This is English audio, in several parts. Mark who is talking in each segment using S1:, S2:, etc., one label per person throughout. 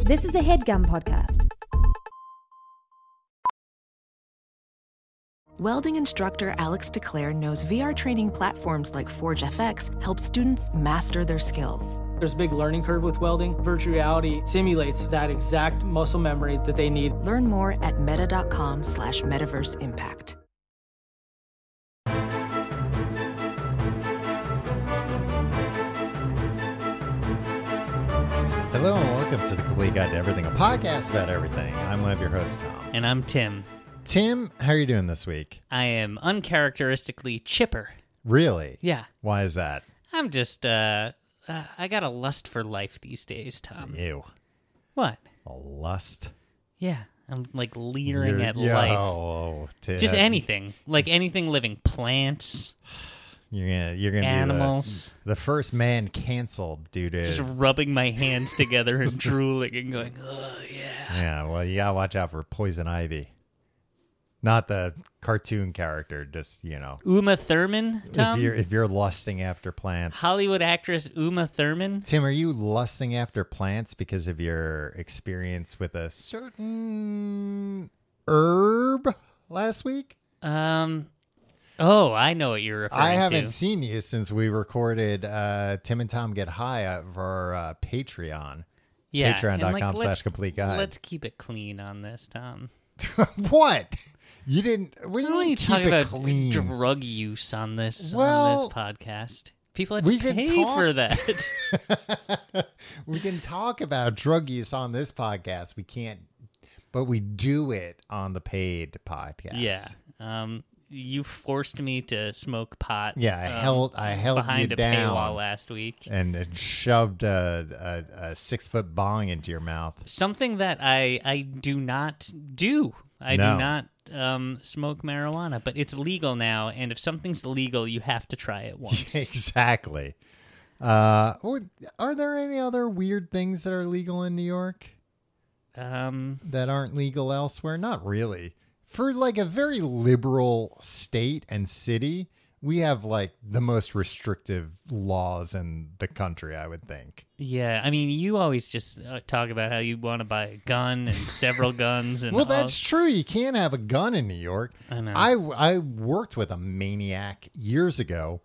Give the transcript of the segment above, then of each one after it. S1: This is a headgum podcast.
S2: Welding instructor Alex DeClaire knows VR training platforms like Forge FX help students master their skills.
S3: There's a big learning curve with welding. Virtual reality simulates that exact muscle memory that they need.
S2: Learn more at meta.com slash metaverse impact.
S4: Hello and welcome to the Complete Guide to Everything, a podcast about everything. I'm one of your hosts, Tom.
S5: And I'm Tim.
S4: Tim, how are you doing this week?
S5: I am uncharacteristically chipper.
S4: Really?
S5: Yeah.
S4: Why is that?
S5: I'm just, uh, uh I got a lust for life these days, Tom.
S4: Ew.
S5: What?
S4: A lust.
S5: Yeah. I'm like leering
S4: You're-
S5: at
S4: Yo,
S5: life.
S4: Tim.
S5: Just anything. Like anything living. Plants,
S4: You're gonna, you're gonna
S5: animals.
S4: Be the, the first man canceled due to.
S5: Just rubbing my hands together and drooling and going, Ugh.
S4: yeah. Well, you gotta watch out for poison ivy. Not the cartoon character. Just you know,
S5: Uma Thurman,
S4: if you're
S5: Tom?
S4: if you're lusting after plants.
S5: Hollywood actress Uma Thurman?
S4: Tim, are you lusting after plants because of your experience with a certain herb last week?
S5: Um, oh, I know what you're referring
S4: I haven't
S5: to.
S4: seen you since we recorded uh, Tim and Tom Get High of our uh, Patreon.
S5: Yeah, and,
S4: Patreon.com
S5: like, let's-
S4: slash complete guide.
S5: Let's keep it clean on this, Tom.
S4: what? You didn't. We
S5: Why don't
S4: didn't
S5: you
S4: keep
S5: talk
S4: it
S5: about
S4: clean.
S5: drug use on this
S4: Well,
S5: on this podcast? People have
S4: we
S5: to
S4: could
S5: pay
S4: talk-
S5: for that.
S4: we can talk about drug use on this podcast. We can't, but we do it on the paid podcast.
S5: Yeah. Um, you forced me to smoke pot.
S4: Yeah, I
S5: um,
S4: held I held
S5: behind
S4: you
S5: a
S4: down
S5: paywall last week.
S4: and it shoved a, a, a six foot bong into your mouth.
S5: Something that I I do not do. I
S4: No.
S5: do not um, smoke marijuana, but it's legal now, and if something's legal, you have to try it once.
S4: exactly. Uh, or- are there any other weird things that are legal in New York
S5: Um,
S4: that aren't legal elsewhere? Not really. For like a very liberal state and city, we have like the most restrictive laws in the country, I would think.
S5: yeah, I mean, you always just uh, talk about how you want to buy a gun and several guns, and
S4: Well,
S5: all-
S4: that's true. You can't have a gun in New York.
S5: I know.
S4: I, I worked with a maniac years ago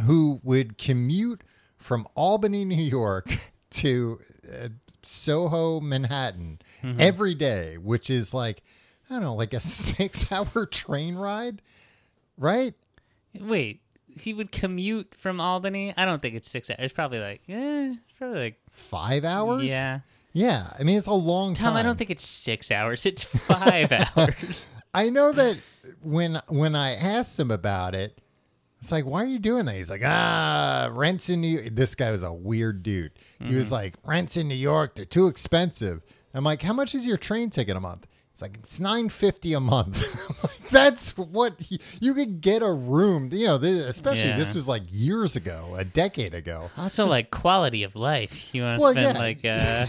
S4: who would commute from Albany, New York to uh, Soho, Manhattan
S5: Mm-hmm.
S4: every day, which is like, I don't know, like a six hour train ride, right?
S5: Wait, he would commute from Albany? I don't think it's six hours. It's probably like, eh, it's probably like,
S4: Five hours?
S5: yeah.
S4: Yeah. I mean, it's a long
S5: Tom,
S4: time.
S5: I don't think it's six hours. It's five hours.
S4: I know that when when I asked him about it, it's like, why are you doing that? He's like, ah, rents in New York. This guy was a weird dude. He
S5: Mm-hmm.
S4: was like, rents in New York, they're too expensive. I'm like, how much is your train ticket a month? It's like it's nine fifty a month. I'm like, That's what he- you could get a room. You know, th- especially
S5: Yeah.
S4: this was like years ago, a decade ago.
S5: Also, like quality of life. You want to
S4: Well,
S5: spend
S4: yeah.
S5: like,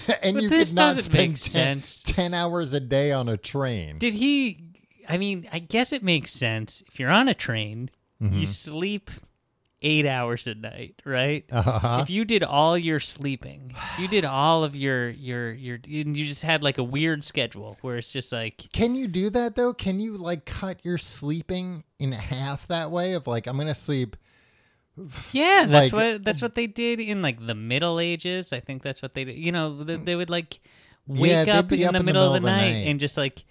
S5: uh,
S4: and
S5: but
S4: you
S5: this
S4: could not
S5: doesn't
S4: spend
S5: make
S4: 10
S5: sense.
S4: 10 hours a day on a train.
S5: Did he? I mean, I guess it makes sense. If you're on a train,
S4: Mm-hmm.
S5: you sleep eight hours a night, right?
S4: Uh-huh.
S5: If you did all your sleeping, if you did all of your your your, and you just had like a weird schedule where it's just like
S4: Can you do that though? Can you like cut your sleeping in half that way? Of like, I'm gonna sleep.
S5: Yeah,
S4: Like-
S5: that's
S4: oh.
S5: what that's what they did in like the Middle Ages. I think that's what they did. You know, they, they would like wake
S4: Mm. Yeah, they'd
S5: up,
S4: be
S5: in,
S4: up
S5: the middle of the night,
S4: night.
S5: and just like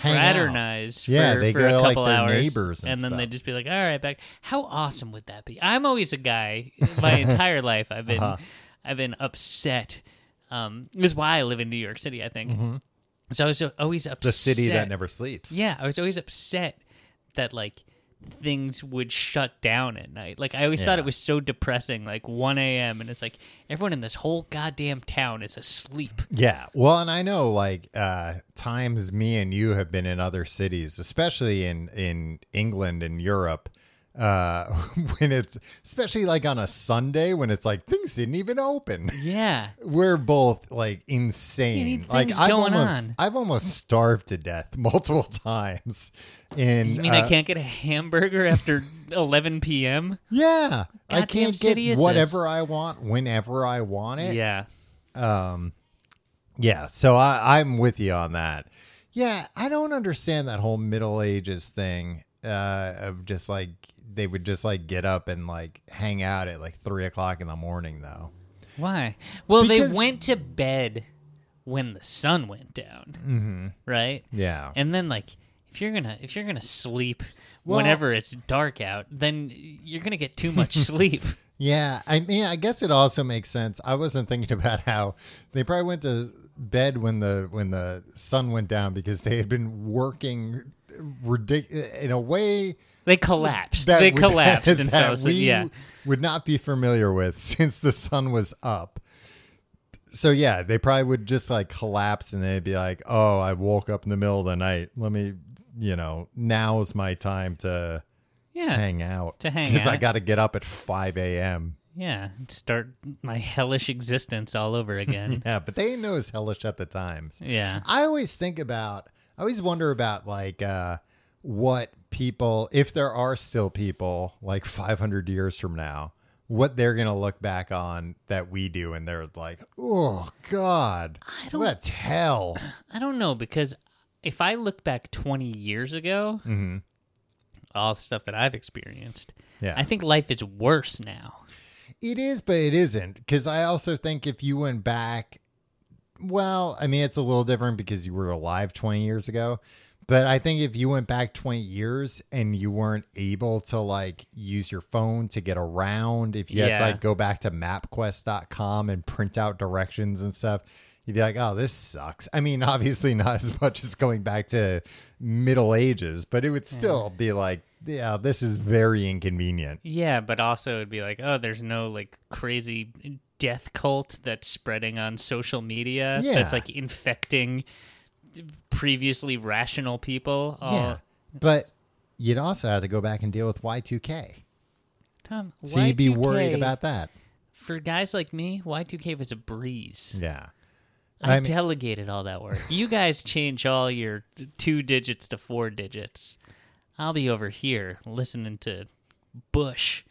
S4: Hang out.
S5: fraternize
S4: Yeah,
S5: for,
S4: they
S5: for
S4: go to,
S5: a
S4: like,
S5: couple
S4: their
S5: hours,
S4: neighbors and
S5: then
S4: stuff.
S5: they'd just be like, "All right, back." How awesome would that be? I'm always a guy. My entire life, I've been
S4: Uh-huh.
S5: I've been upset. Um, this is why I live in New York City. I think. So I was always upset.
S4: Mm-hmm. The city that never sleeps.
S5: Yeah, I was always upset that like things would shut down at night. Like I always thought
S4: Yeah.
S5: it was so depressing, like one AM and it's like everyone in this whole goddamn town is asleep.
S4: Yeah. Well, and I know like uh times me and you have been in other cities, especially in in England and Europe, uh when it's especially like on a Sunday when it's like things didn't even open.
S5: Yeah.
S4: We're both like insane.
S5: You need
S4: like
S5: things
S4: I've
S5: going
S4: almost
S5: on.
S4: I've almost starved to death multiple times. In
S5: You mean
S4: uh,
S5: I can't get a hamburger after eleven PM?
S4: Yeah, I
S5: Goddamn
S4: can't
S5: city
S4: get
S5: is
S4: whatever I want whenever I want it.
S5: Yeah.
S4: Um, Yeah, so I, I'm with you on that. Yeah, I don't understand that whole Middle Ages thing uh, of just like they would just like get up and like hang out at like three o'clock in the morning though.
S5: Why? Well,
S4: Because-
S5: they went to bed when the sun went down, mm-hmm. right?
S4: Yeah,
S5: And then like if you're gonna if you're gonna sleep
S4: Well-
S5: whenever it's dark out, then you're gonna get too much sleep.
S4: yeah. I mean, I guess it also makes sense. I wasn't thinking about how they probably went to bed when the when the sun went down because they had been working ridiculous in a way
S5: They collapsed.
S4: that
S5: they
S4: would-
S5: collapsed and
S4: that
S5: fell asleep.
S4: we
S5: Yeah.
S4: would not be familiar with since the sun was up. So yeah, they probably would just like collapse and they'd be like, "Oh, I woke up in the middle of the night. Let me, you know, now's my time to
S5: Yeah.
S4: hang out
S5: To hang
S4: I
S5: out.
S4: got to get up at five a.m."
S5: Yeah. Start my hellish existence all over again.
S4: Yeah, but they didn't know it was hellish at the time.
S5: yeah.
S4: I always think about, I always wonder about like uh, what people, if there are still people like 500 years from now, what they're going to look back on that we do. And they're like, oh, God, I
S5: don't-
S4: that's hell.
S5: I don't know because if I look back 20 years ago, all the stuff that I've experienced,
S4: Mm-hmm. Yeah.
S5: I think life is worse now.
S4: It is, but it isn't. Because I also think if you went back, well, I mean, it's a little different because you were alive 20 years ago. But I think if you went back 20 years and you weren't able to like use your phone to get around, if you had to
S5: Yeah.
S4: like go back to mapquest.com and print out directions and stuff, you'd be like, oh, this sucks. I mean, obviously not as much as going back to Middle Ages, but it would still be like, yeah, this is very inconvenient.
S5: Yeah, but also it'd be like, oh, there's no like crazy death cult that's spreading on social media that's
S4: Yeah.
S5: like infecting previously rational people. Oh,
S4: Yeah. But you'd also have to go back and deal with Y2K.
S5: Tom,
S4: So you'd be
S5: Y2K
S4: worried about that.
S5: for guys like me, Y2K was a breeze.
S4: Yeah.
S5: I,
S4: Mm. I mean-
S5: delegated all that work. You guys change all your t- two digits to four digits. I'll be over here listening to Bush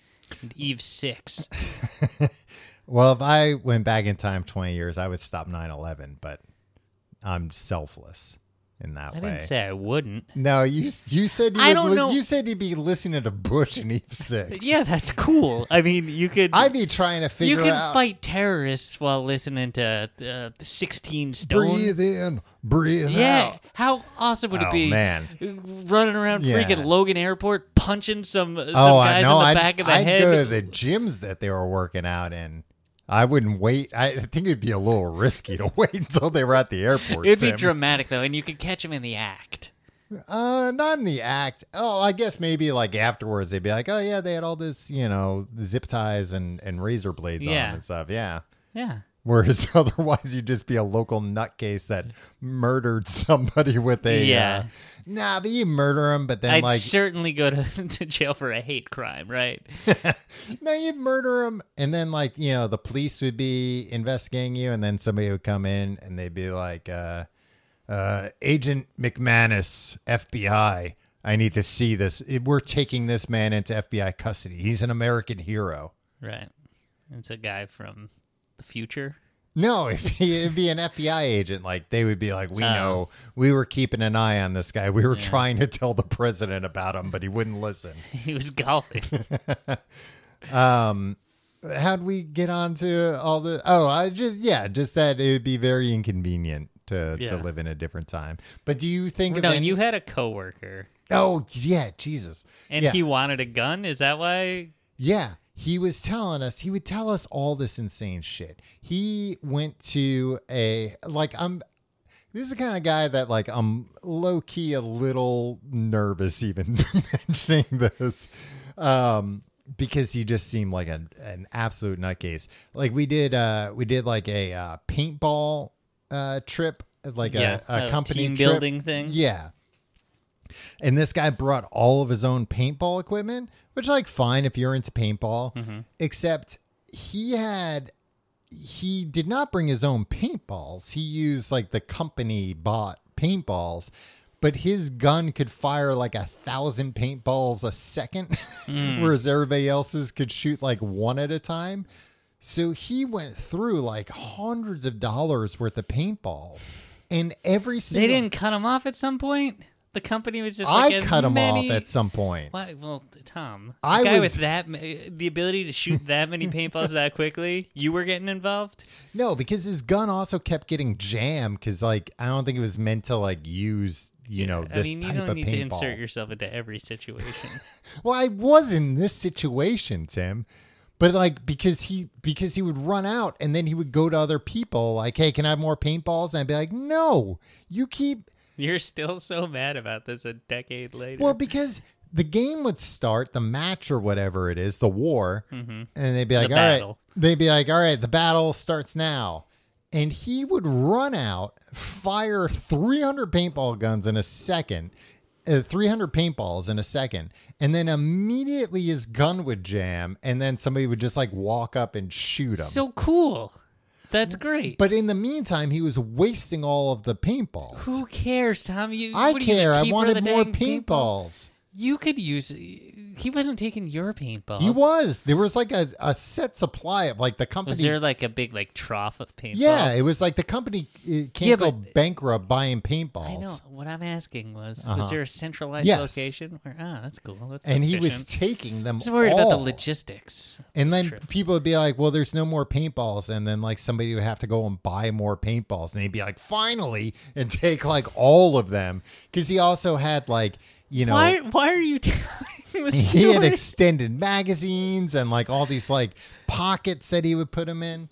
S5: and Eve Six.
S4: Well, if I went back in time 20 years, I would stop 9 11, but I'm selfless in that way.
S5: I didn't say I wouldn't.
S4: no, you you said you
S5: I
S4: would
S5: don't
S4: li-
S5: know-
S4: you said you'd be listening to Bush and Eve Six.
S5: But yeah, that's cool. I mean, you could.
S4: I'd be trying to
S5: you
S4: figure
S5: can
S4: out.
S5: fight terrorists while listening to uh, the Sixteen Stone.
S4: breathe in, breathe
S5: Yeah,
S4: out.
S5: how awesome would
S4: Oh,
S5: it be?
S4: man.
S5: running around
S4: Yeah.
S5: freaking Logan Airport, punching some uh, some
S4: oh, I
S5: guys
S4: know.
S5: in the
S4: I'd,
S5: back of the
S4: I'd
S5: head.
S4: go to the gyms that they were working out in. I wouldn't wait. I think it'd be a little risky to wait until they were at the airport.
S5: It'd be
S4: Tim.
S5: dramatic though, and you could catch him in the act.
S4: Uh, not in the act. Oh, I guess maybe like afterwards they'd be like, oh yeah, they had all this, you know, zip ties and and razor blades
S5: Yeah.
S4: on and stuff. Yeah.
S5: Yeah.
S4: Whereas otherwise you'd just be a local nutcase that murdered somebody with a uh,
S5: Yeah.
S4: nah, but you murder him, but then
S5: I'd
S4: like
S5: certainly go to, to jail for a hate crime, right?
S4: no, you'd murder him, and then like you know the police would be investigating you, and then somebody would come in and they'd be like, uh, uh, "Agent McManus, FBI, I need to see this. It- We're taking this man into FBI custody. He's an American hero."
S5: Right. It's a guy from the future.
S4: No, if he, it'd be an FBI agent, like they would be like, "We know we were keeping an eye on this guy. We were trying to tell the president about him, but he wouldn't listen."
S5: He was golfing.
S4: how'd we get on to all the oh i just yeah just that it would be very inconvenient to
S5: Yeah.
S4: to live in a different time but do you think of
S5: no,
S4: any-
S5: you had a coworker,
S4: oh yeah jesus
S5: and
S4: yeah.
S5: he wanted a gun. Is that why?
S4: yeah he was telling us he would tell us all this insane shit he went to a like i'm this is the kind of guy that like i'm low-key a little nervous even mentioning this um because he just seemed like an, an absolute nutcase like we did uh we did like a uh, paintball uh trip like
S5: Yeah,
S4: a, a
S5: a
S4: company
S5: team
S4: trip.
S5: building thing.
S4: yeah and this guy brought all of his own paintball equipment which like fine if you're into paintball
S5: Mm-hmm.
S4: except he had he did not bring his own paintballs. He used like the company bought paintballs, but his gun could fire like a thousand
S5: Mm.
S4: paintballs a second, whereas everybody else's could shoot like one at a time. So he went through like hundreds of dollars worth of paintballs, and every single
S5: They didn't cut him off at some point. The company was just.
S4: I
S5: like, as
S4: cut him
S5: many...
S4: off at some point.
S5: Why? Well, Tom, a
S4: I
S5: guy
S4: was-
S5: with that ma- the ability to shoot that many paintballs that quickly, you were getting involved.
S4: No, because his gun also kept getting jammed because like I don't think it was meant to like use you know this
S5: I mean, you
S4: type
S5: don't
S4: of
S5: need to
S4: paintball.
S5: insert yourself into every situation.
S4: Well, I was in this situation, Tim, but like because he because he would run out and then he would go to other people like, "Hey, can I have more paintballs?" And I'd be like, "No, you keep."
S5: You're still so mad about this a decade later.
S4: Well, because the game would start, the match or whatever it is, the war, and they'd be like,
S5: Mm-hmm.
S4: "All
S5: The
S4: right,"
S5: battle.
S4: they'd be like, "All right, the battle starts now." And he would run out, fire 300 paintball guns in a second, uh, 300 paintballs in a second, and then immediately his gun would jam, and then somebody would just like walk up and shoot him.
S5: so cool. That's great.
S4: but in the meantime, he was wasting all of the paintballs.
S5: who cares, Tom? You,
S4: I
S5: what are you, the
S4: care. I
S5: keeper of the
S4: wanted more
S5: dang paintball?
S4: paintballs.
S5: You could use. He wasn't taking your paintballs.
S4: He was. There was like a, a set supply of like the company.
S5: Was there like a big like trough of paintballs?
S4: yeah, it was like the company it can't
S5: Yeah,
S4: go
S5: but-
S4: bankrupt buying paintballs.
S5: I know. What I'm asking was, was there a centralized
S4: Uh-huh. Yes.
S5: location? Where, ah, that's cool. That's
S4: And he was
S5: efficient.
S4: taking them.
S5: I was worried about
S4: all.
S5: the logistics. of
S4: And
S5: this
S4: then
S5: trip.
S4: people would be like, "Well, there's no more paintballs," and then like somebody would have to go and buy more paintballs, and he'd be like, "Finally!" and take like all of them because he also had like you know
S5: why? Why are you telling the
S4: he had
S5: story?
S4: extended magazines and like all these like pockets that he would put them in.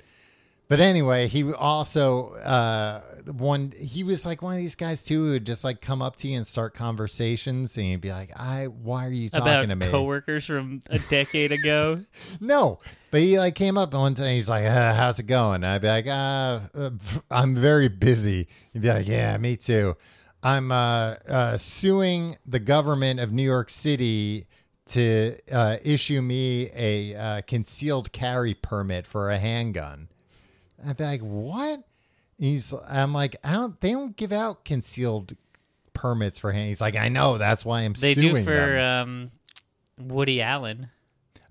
S4: But anyway, he also uh, one he was like one of these guys too who would just like come up to you and start conversations, and he'd be like, "I, why are you talking
S5: about
S4: to me?"
S5: coworkers from a decade ago?
S4: no, but he like came up one time. He's like, uh, "How's it going?" And I'd be like, uh, uh, "I'm very busy." He'd be like, "Yeah, me too. I'm uh, uh, suing the government of New York City to uh, issue me a uh, concealed carry permit for a handgun." I'd be like, "What?" He's, I'm like, I don't. They don't give out concealed permits for hand. He's like, I know. That's why I'm
S5: They
S4: suing
S5: do for
S4: them.
S5: um, Woody Allen.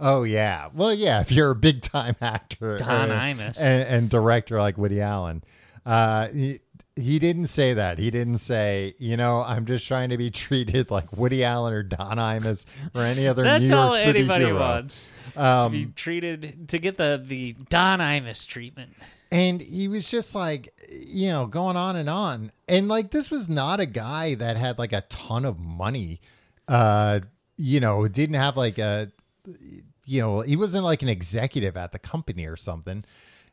S4: Oh yeah. Well, yeah. If you're a big time actor,
S5: Don
S4: uh,
S5: Imus.
S4: and, and director like Woody Allen, uh, he he didn't say that. He didn't say, you know, I'm just trying to be treated like Woody Allen or Don Imus or any other
S5: That's
S4: New York
S5: all
S4: City
S5: anybody
S4: hero. Um,
S5: wants. to be treated to get the the Don Imus treatment.
S4: And he was just like, you know, going on and on. And like, this was not a guy that had like a ton of money. Uh, you know, didn't have like a, you know, he wasn't like an executive at the company or something.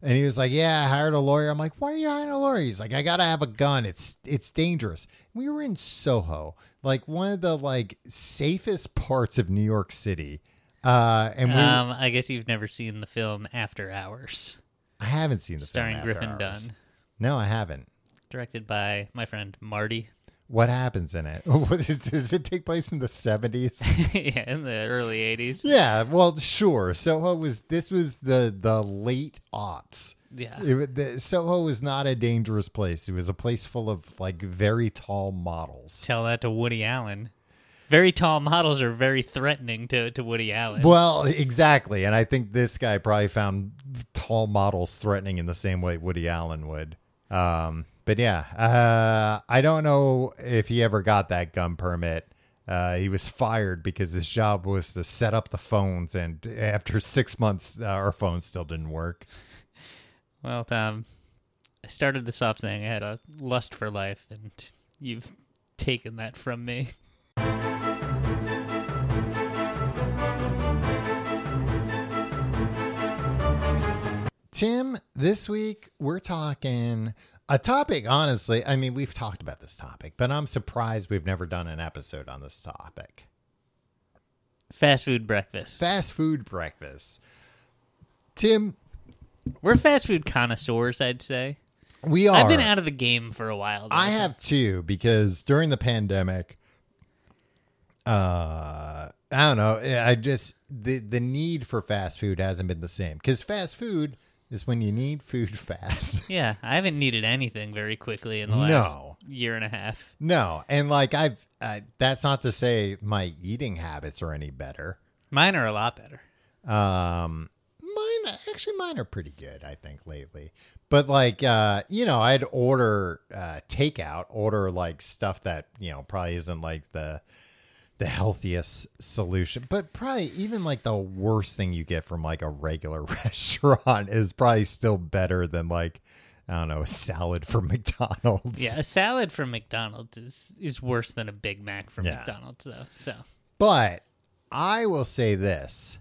S4: And he was like, yeah, I hired a lawyer. I'm like, why are you hiring a lawyer? He's like, I gotta have a gun. It's it's dangerous. We were in Soho, like one of the like safest parts of New York City. Uh, and we,
S5: Um, I guess you've never seen the film After Hours,
S4: I haven't seen the
S5: starring
S4: film after
S5: Griffin
S4: hours.
S5: Dunn,
S4: No, I haven't.
S5: directed by my friend Marty.
S4: What happens in it? What is, does it take place in the seventies?
S5: yeah, in the early '80s.
S4: yeah, well, sure. Soho was this was the the late aughts.
S5: Yeah.
S4: It wa- the, Soho was not a dangerous place. It was a place full of like very tall models.
S5: Tell that to Woody Allen. Very tall models are very threatening to, to Woody Allen.
S4: Well, exactly, and I think this guy probably found tall models threatening in the same way Woody Allen would. Um, but yeah, uh, I don't know if he ever got that gun permit. Uh, he was fired because his job was to set up the phones, and after six months, uh, our phone still didn't work.
S5: Well, Tom, I started this off saying I had a lust for life, and you've taken that from me.
S4: Tim, this week we're talking a topic, honestly. I mean, we've talked about this topic, but I'm surprised we've never done an episode on this topic.
S5: Fast food breakfast.
S4: Fast food breakfast. Tim,
S5: We're fast food connoisseurs, I'd say.
S4: we are.
S5: I've been out of the game for a while. though.
S4: I have too, because during the pandemic, uh, I don't know. I just, the, the need for fast food hasn't been the same. Because fast food is when you need food fast.
S5: Yeah, I haven't needed anything very quickly in the last
S4: No.
S5: year and a half.
S4: No, and like I've uh, that's not to say my eating habits are any better.
S5: Mine are a lot better.
S4: Um, mine mine actually mine are pretty good, I think, lately. But like uh, you know, I'd order uh takeout, order like stuff that, you know, probably isn't like the the healthiest solution. But probably even like the worst thing you get from like a regular restaurant is probably still better than like I don't know, a salad from McDonald's.
S5: Yeah, a salad from McDonald's is, is worse than a Big Mac from
S4: Yeah.
S5: McDonald's, though. So,
S4: But I will say this.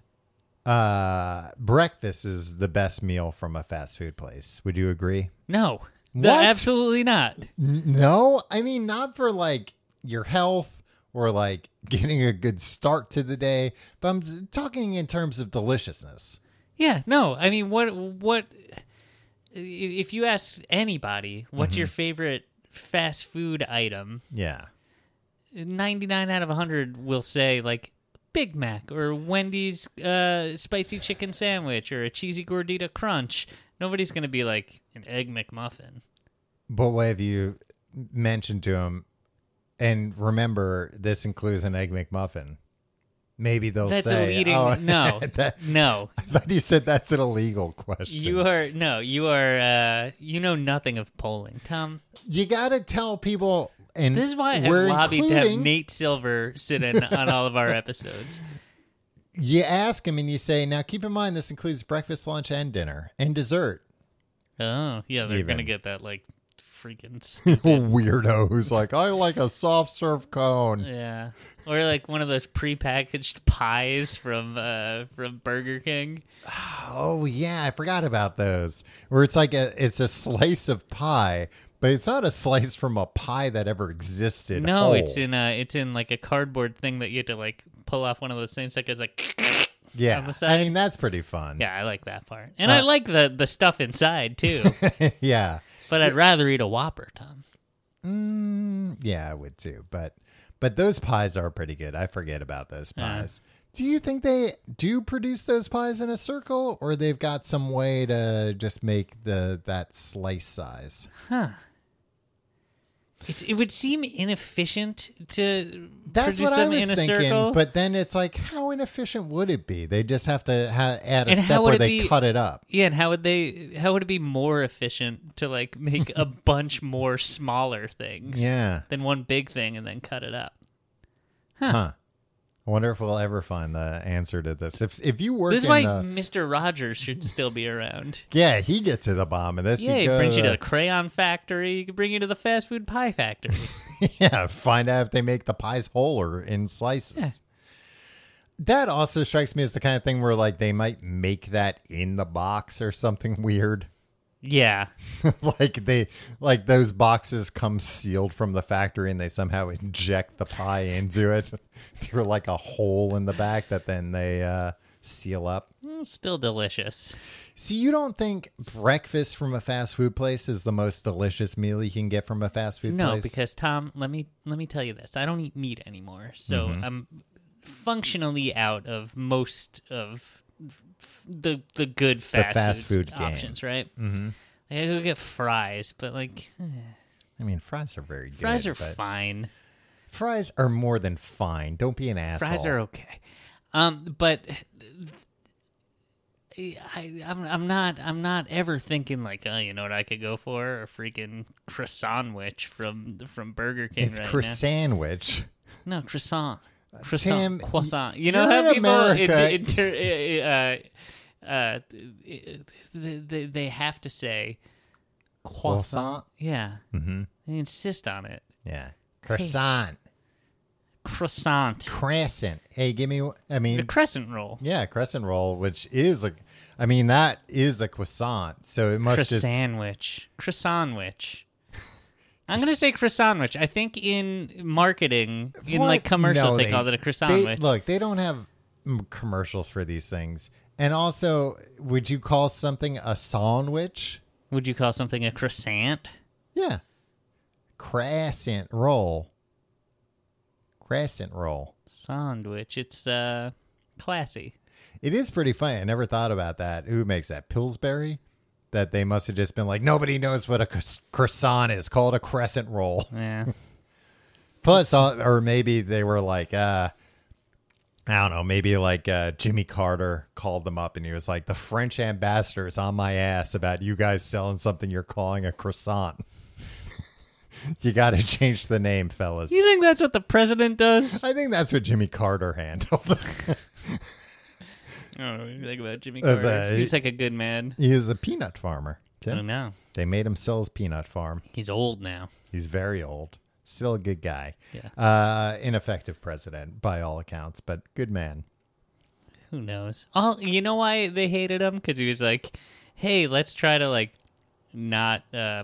S4: Uh breakfast is the best meal from a fast food place. Would you agree?
S5: no,
S4: What?
S5: The- absolutely not.
S4: N- No, I mean not for like your health or like getting a good start to the day, but I'm s- talking in terms of deliciousness.
S5: Yeah, no. I mean, what what i- if you ask anybody what's
S4: Mm-hmm.
S5: your favorite fast food item?
S4: Yeah.
S5: 99 out of 100 will say like Big Mac or Wendy's uh, spicy chicken sandwich or a cheesy gordita crunch. Nobody's going to be like an egg McMuffin.
S4: But what have you mentioned to him? And remember, this includes an egg McMuffin. Maybe they'll
S5: That's
S4: say,
S5: eating.
S4: "Oh,
S5: no.
S4: that-
S5: no.
S4: I thought you said that's an illegal question.
S5: You are no, you are uh you know nothing of polling. Tom,
S4: you got to tell people, and
S5: this is why I
S4: we're
S5: lobbied to have
S4: including-
S5: Nate Silver sit in on all of our episodes.
S4: You ask him, and you say, "Now, keep in mind, this includes breakfast, lunch, and dinner, and dessert."
S5: Oh, yeah, they're gonna
S4: Even.
S5: get that like freaking s-
S4: Weirdo who's like, "I like a soft serve cone."
S5: yeah, or like one of those prepackaged pies from uh from Burger King.
S4: Oh yeah, I forgot about those. Where it's like a it's a slice of pie, but it's not a slice from a pie that ever existed.
S5: No, it's
S4: whole.
S5: in uh it's in like a cardboard thing that you had to like pull off one of those things that goes like.
S4: yeah.
S5: on the side.
S4: I mean, that's pretty fun.
S5: Yeah, I like that part, and
S4: Uh.
S5: I like the the stuff inside too.
S4: yeah.
S5: but I'd rather eat a Whopper, Tom.
S4: Mm, yeah, I would too. But but those pies are pretty good. I forget about those pies. do you think they do produce those pies in a circle, or they've got some way to just make the that slice size?
S5: It's, it would seem inefficient to
S4: That's
S5: produce
S4: what I
S5: them
S4: was
S5: in a
S4: thinking.
S5: circle.
S4: But then it's like, how inefficient would it be? They just have to ha- add a
S5: And how
S4: step
S5: would
S4: where
S5: it
S4: they
S5: be-
S4: cut it up.
S5: Yeah, and how would they? How would it be more efficient to like make a bunch more smaller things?
S4: Yeah.
S5: Than one big thing and then cut it up.
S4: Huh. I wonder if we'll ever find the answer to this. If if you work uh,
S5: This is
S4: in
S5: why
S4: the,
S5: Mr. Rogers should still be around.
S4: yeah, he gets to the bomb of this.
S5: Yeah, he
S4: go
S5: brings you to the crayon factory. He can bring you to the fast food pie factory.
S4: yeah, find out if they make the pies whole or in slices. That also strikes me as the kind of thing where like they might make that in the box or something weird.
S5: yeah,
S4: like they like those boxes come sealed from the factory and they somehow inject the pie into it through like a hole in the back that then they uh seal up.
S5: Mm, still delicious.
S4: So you don't think breakfast from a fast food place is the most delicious meal you can get from a fast food
S5: No,
S4: place?
S5: because Tom, let me let me tell you this. I don't eat meat anymore, so
S4: Mm-hmm.
S5: I'm functionally out of most of f- the the good fast,
S4: fast
S5: foods
S4: food game.
S5: options, right? Mm-hmm. Like, I go get fries, but like
S4: I mean fries are very good.
S5: fries are
S4: but-
S5: fine.
S4: Fries are more than fine. Don't be an asshole.
S5: Fries are okay, um, but. I, I'm I'm not I'm not ever thinking like oh you know what I could go for a freaking croissant witch from from Burger King
S4: It's
S5: right now.
S4: croissant sandwich.
S5: No, croissant. Croissant.
S4: Uh, Tim,
S5: croissant. You
S4: you're
S5: know how
S4: in
S5: people
S4: America.
S5: in- inter- uh, uh, uh, they, they- they have to say croissant.
S4: Croissant?
S5: Yeah. Mm-hmm. They insist on it.
S4: Yeah. Croissant.
S5: Croissant.
S4: Crescent. Hey, give me. one- I
S5: The
S4: mean,
S5: crescent roll.
S4: yeah, crescent roll, which is a. I mean, that is a croissant. So it must just.
S5: Croissantwich. Croissantwich. I'm gonna say croissantwich. I think in marketing, in
S4: What?
S5: like commercials,
S4: No,
S5: they, call it a
S4: They,
S5: croissantwich.
S4: look, they don't have mm, commercials for these things. And also, would you call something a sandwich?
S5: Would you call something a croissant?
S4: Yeah. Crescent roll. Crescent roll.
S5: Sandwich. It's uh, classy.
S4: It is pretty funny. I never thought about that. Who makes that? Pillsbury? That they must have just been like, nobody knows what a cros- croissant is. Call it a crescent roll.
S5: Yeah.
S4: Plus, uh, or maybe they were like, uh, I don't know, maybe like uh, Jimmy Carter called them up and he was like, the French ambassador is on my ass about you guys selling something you're calling a croissant. you got to change the name, fellas.
S5: You think that's what the president does?
S4: I think that's what Jimmy Carter handled.
S5: I don't know what you think about Jimmy
S4: That's,
S5: Carter.
S4: uh,
S5: Seems like a good man.
S4: he was a peanut farmer.
S5: I
S4: Tim.
S5: don't know.
S4: They made him sell his peanut farm.
S5: He's old now.
S4: He's very old. Still a good guy.
S5: Yeah.
S4: Uh, ineffective president by all accounts, but good man.
S5: Who knows? Oh, you know why they hated him? Because he was like, "Hey, let's try to like not uh,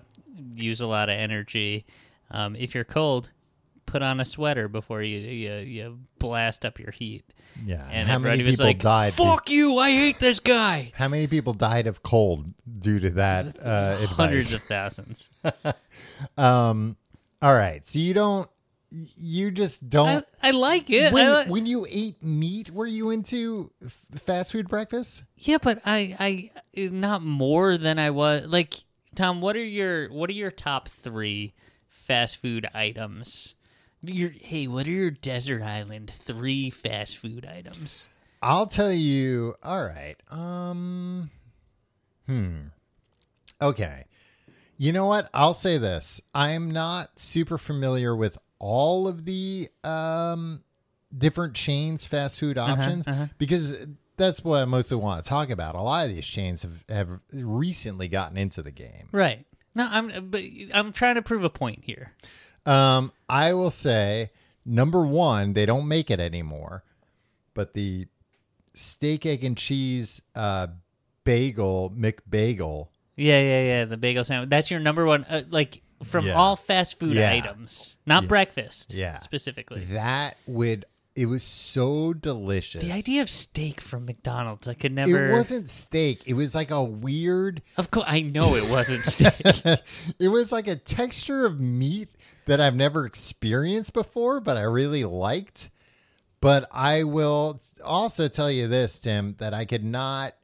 S5: use a lot of energy. Um, if you're cold, put on a sweater before you you, you blast up your heat."
S4: Yeah.
S5: And
S4: how
S5: everybody
S4: many
S5: was
S4: people
S5: like,
S4: died? be-
S5: "Fuck you! I hate this guy."
S4: how many people died of cold due to that uh, advice?
S5: Hundreds of thousands.
S4: All right. So you don't. You just
S5: I,
S4: don't.
S5: I like it.
S4: when,
S5: I li-
S4: when you ate meat, were you into f- fast food breakfast?
S5: Yeah, but I, I not more than I was. Like Tom, what are your what are your top three fast food items? Your hey, what are your desert island three fast food items?
S4: I'll tell you. All right. Um. Hmm. Okay. You know what? I'll say this. I'm not super familiar with all of the um different chains fast food options because that's what I mostly want to talk about. A lot of these chains have, have recently gotten into the game.
S5: Right. No, I'm but I'm trying to prove a point here.
S4: Um, I will say number one, they don't make it anymore, but the steak, egg, and cheese uh, bagel McBagel.
S5: Yeah, yeah, yeah. The bagel sandwich. That's your number one. Uh, like from
S4: Yeah.
S5: all fast food
S4: Yeah.
S5: items, not breakfast.
S4: Yeah.
S5: specifically.
S4: That would it was so delicious.
S5: The idea of steak from McDonald's, I could never.
S4: it wasn't steak. It was like a weird.
S5: Of course, I know it wasn't steak.
S4: it was like a texture of meat that I've never experienced before, but I really liked. But I will also tell you this, Tim, that I could not.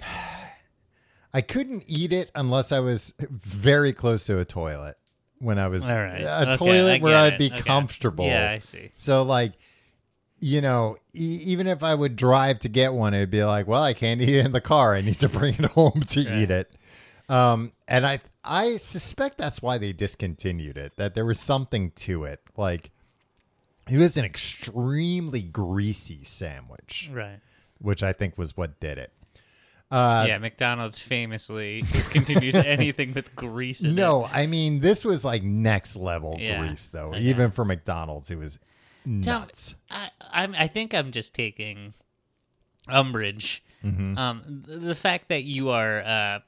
S4: I couldn't eat it unless I was very close to a toilet. When I was
S5: All right.
S4: a
S5: Okay, I
S4: toilet where
S5: get
S4: I'd
S5: it.
S4: be
S5: Okay.
S4: comfortable.
S5: Yeah, I see.
S4: So like, you know, e- even if I would drive to get one, it'd be like, well, I can't eat it in the car. I need to bring it home to eat it. Um, and I I suspect that's why they discontinued it. That there was something to it. Like, it was an extremely greasy sandwich,
S5: right.
S4: which I think was what did it. Uh,
S5: yeah, McDonald's famously discontinues anything with grease in it.
S4: No, I mean this was like next level
S5: Yeah.
S4: grease, though.
S5: Okay.
S4: Even for McDonald's, it was
S5: Tom,
S4: nuts.
S5: I, I'm, I think I'm just taking umbrage.
S4: Mm-hmm.
S5: Um, th- the fact that you are uh,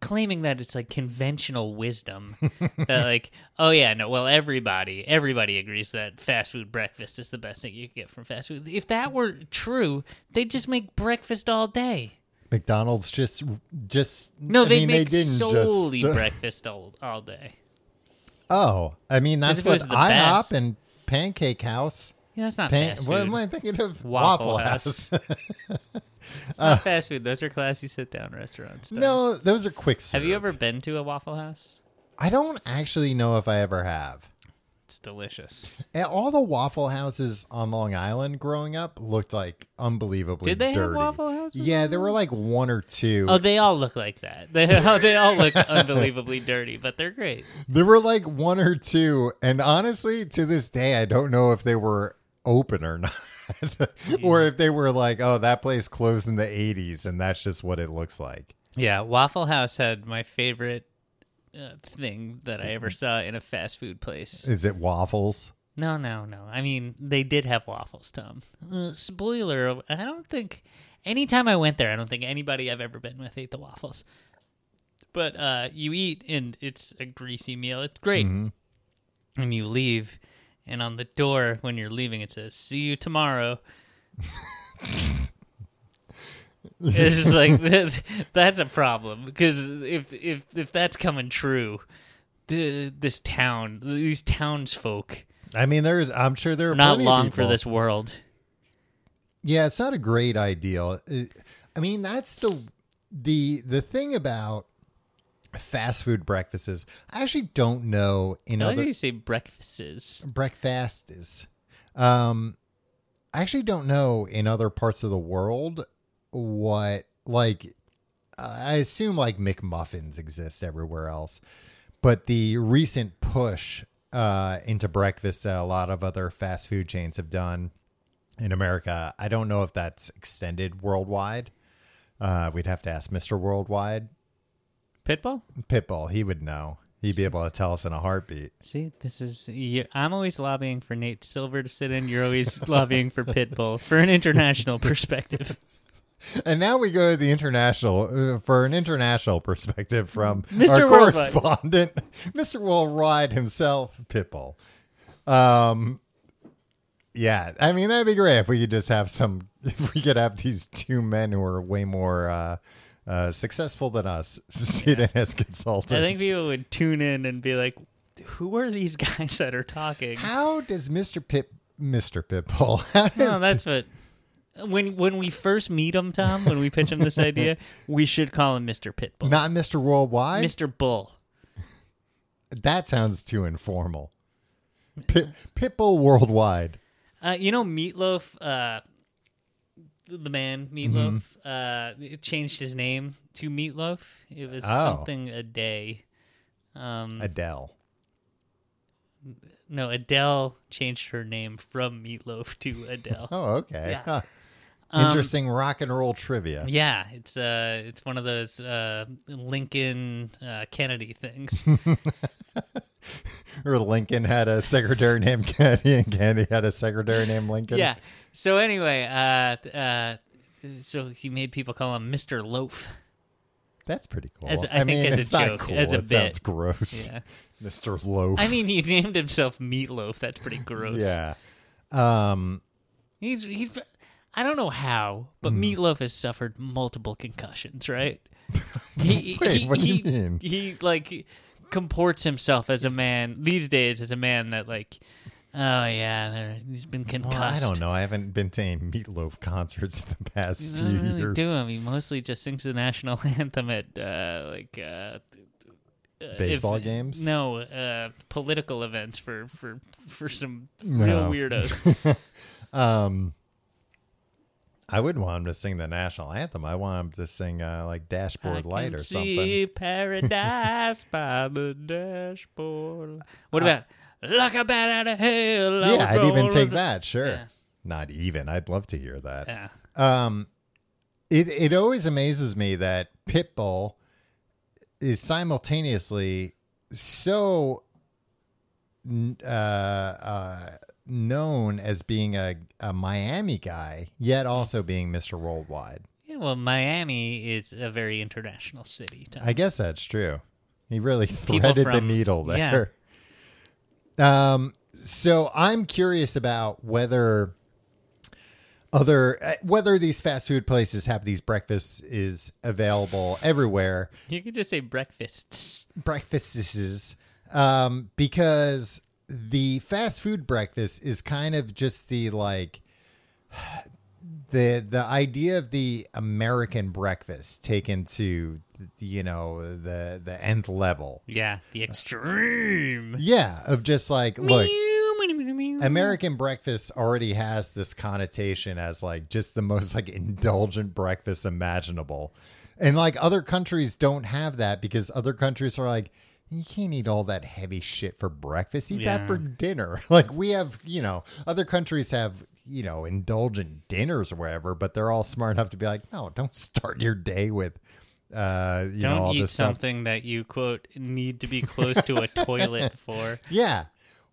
S5: claiming that it's like conventional wisdom that like oh yeah no well everybody everybody agrees that fast food breakfast is the best thing you can get from fast food if that were true they'd just make breakfast all day
S4: McDonald's just just
S5: no
S4: I
S5: they
S4: mean,
S5: make
S4: didn't just-
S5: solely breakfast all, all day
S4: Oh, I mean that's
S5: if it was
S4: what
S5: the
S4: IHOP
S5: best.
S4: and Pancake House.
S5: yeah that's not
S4: Pan-
S5: fast food
S4: what am I thinking of?
S5: Waffle It's not fast food. Those are classy sit down restaurants. Doug.
S4: no, those are quick serve.
S5: Have you ever been to a Waffle House?
S4: I don't actually know if I ever have.
S5: It's delicious.
S4: And All the Waffle Houses on Long Island growing up looked like unbelievably
S5: Did they have
S4: dirty.
S5: Waffle Houses
S4: Yeah, there were like one or two.
S5: Oh, they all look like that. They, oh, they all look unbelievably dirty, but they're great.
S4: There were like one or two, and honestly, to this day, I don't know if they were open or not, or if they were like, "Oh, that place closed in the '80s, and that's just what it looks like."
S5: Yeah, Waffle House had my favorite uh, thing that I ever saw in a fast food place.
S4: Is it waffles?
S5: No, no, no. I mean, they did have waffles, Tom. Uh, spoiler, I don't think anytime I went there, I don't think anybody I've ever been with ate the waffles. But uh, you eat and it's a greasy meal. It's great. And you leave and on the door when you're leaving it says see you tomorrow. it's just like that, that's a problem because if if if that's coming true, the, this town, these townsfolk
S4: I mean, there's. I'm sure there are
S5: not
S4: plenty of
S5: long for
S4: people-
S5: this world.
S4: Yeah, it's not a great ideal. It- I mean, that's the the the thing about fast food breakfasts. is I actually don't know in
S5: I like how
S4: other
S5: you say breakfasts.
S4: breakfasts. Um, I actually don't know in other parts of the world what like I assume like McMuffins exist everywhere else, but the recent push uh, into breakfast that a lot of other fast food chains have done in America, I don't know if that's extended worldwide. Uh, we'd have to ask Mr. Worldwide
S5: Pitbull?
S4: Pitbull. He would know. He'd be able to tell us in a heartbeat.
S5: See, this is. You, I'm always lobbying for Nate Silver to sit in. You're always lobbying for Pitbull for an international perspective.
S4: And now we go to the international uh, for an international perspective from
S5: Mr.
S4: our
S5: Worldwide.
S4: correspondent, Mr. Worldwide himself, Pitbull. Um, yeah, I mean that'd be great if we could just have some, if we could have these two men who are way more uh, uh, successful than us sit in as consultants.
S5: I think people would tune in and be like, "Who are these guys that are talking?"
S4: how does Mr. Pip, Mr. Pitbull, how does
S5: No, that's what. When when we first meet him, Tom, when we pitch him this idea, we should call him Mr. Pitbull,
S4: not Mr. Worldwide?
S5: Mr. Bull.
S4: That sounds too informal. Pit, Pitbull Worldwide.
S5: Uh, you know, Meatloaf, uh, the man Meatloaf,
S4: Mm-hmm.
S5: uh, it changed his name to Meatloaf. It was
S4: Oh.
S5: something a day. Um,
S4: Adele.
S5: no, Adele changed her name from Meatloaf to Adele.
S4: Oh, okay.
S5: Yeah.
S4: Huh.
S5: Um,
S4: Interesting rock and roll trivia.
S5: Yeah, it's uh, it's one of those uh, Lincoln uh, Kennedy things.
S4: Or Lincoln had a secretary named Kennedy, and Kennedy had a secretary named Lincoln.
S5: yeah. So anyway, uh, th- uh, so he made people call him Mister Loaf.
S4: that's pretty cool.
S5: As- I think
S4: mean,
S5: as a
S4: it's not
S5: joke,
S4: cool.
S5: as a
S4: it sounds
S5: bit.
S4: gross.
S5: Yeah.
S4: Mr. Loaf.
S5: I mean, he named himself Meatloaf. That's pretty gross.
S4: yeah. Um,
S5: He's he's. I don't know how, but
S4: Hmm.
S5: Meatloaf has suffered multiple concussions, right? He,
S4: Wait,
S5: he,
S4: what do you
S5: he,
S4: mean?
S5: He like comports himself as a man these days as a man that like, oh yeah, there- he's been
S4: well,
S5: concussed.
S4: I don't know. I haven't been to any meatloaf concerts in the past
S5: He
S4: few
S5: doesn't really
S4: years.
S5: do him. He mostly just sings the national anthem at uh, like uh, if-
S4: Baseball games?
S5: No, uh, political events for for for some
S4: No.
S5: real weirdos.
S4: Um, I wouldn't want him to sing the national anthem. I want him to sing uh, like Dashboard
S5: I
S4: Light
S5: can
S4: or
S5: see paradise by the dashboard. What about like a bat out of hell? I
S4: something. Uh, Yeah,
S5: was
S4: I'd even
S5: rolling
S4: take
S5: the-"
S4: that. Sure.
S5: Yeah.
S4: Not even. I'd love to hear that.
S5: Yeah.
S4: Um, it it always amazes me that Pitbull is simultaneously so n- uh, uh, known as being a, a Miami guy, yet also being Mr. Worldwide.
S5: Yeah, well, Miami is a very international city. Tom.
S4: I guess that's true. He really
S5: People
S4: threaded the
S5: from-
S4: needle
S5: yeah.
S4: there. Um, so I'm curious about whether other uh, whether these fast food places have these breakfasts is available everywhere.
S5: You could just say breakfasts.
S4: Breakfasts, um, because the fast food breakfast is kind of just the like the the idea of the American breakfast taken to you know the the nth level.
S5: Yeah, the extreme.
S4: Uh, Yeah, of just like look,
S5: Meow.
S4: American breakfast already has this connotation as like just the most like indulgent breakfast imaginable. And like other countries don't have that because other countries are like you can't eat all that heavy shit for breakfast. Eat that
S5: Yeah.
S4: for dinner. Like we have, you know, other countries have, you know, indulgent dinners or whatever, but they're all smart enough to be like, no, don't start your day with uh you know all
S5: Don't eat
S4: this stuff.
S5: something that you quote need to be close to a toilet for.
S4: Yeah.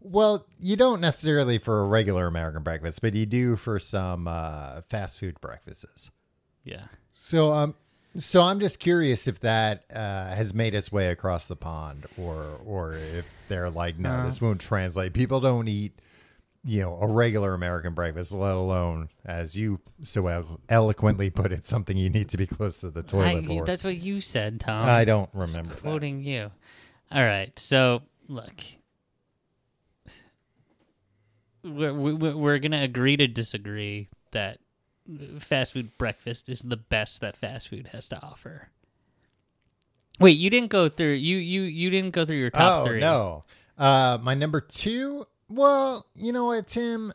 S4: Well, you don't necessarily for a regular American breakfast, but you do for some uh, fast food breakfasts.
S5: Yeah.
S4: So, um, so I'm just curious if that uh, has made its way across the pond, or or if they're like, no, this
S5: Uh-huh.
S4: won't translate. People don't eat, you know, a regular American breakfast, let alone, as you so elo- eloquently put it, something you need to be close to the toilet
S5: I,
S4: for.
S5: that's what you said, Tom.
S4: I don't remember. that.
S5: quoting you. All right. So, look. We're, we're, we're going to agree to disagree that fast food breakfast is the best that fast food has to offer. Wait, you didn't go through you you you didn't go through your top
S4: oh,
S5: three.
S4: no. Uh, my number two. Well, you know what, Tim?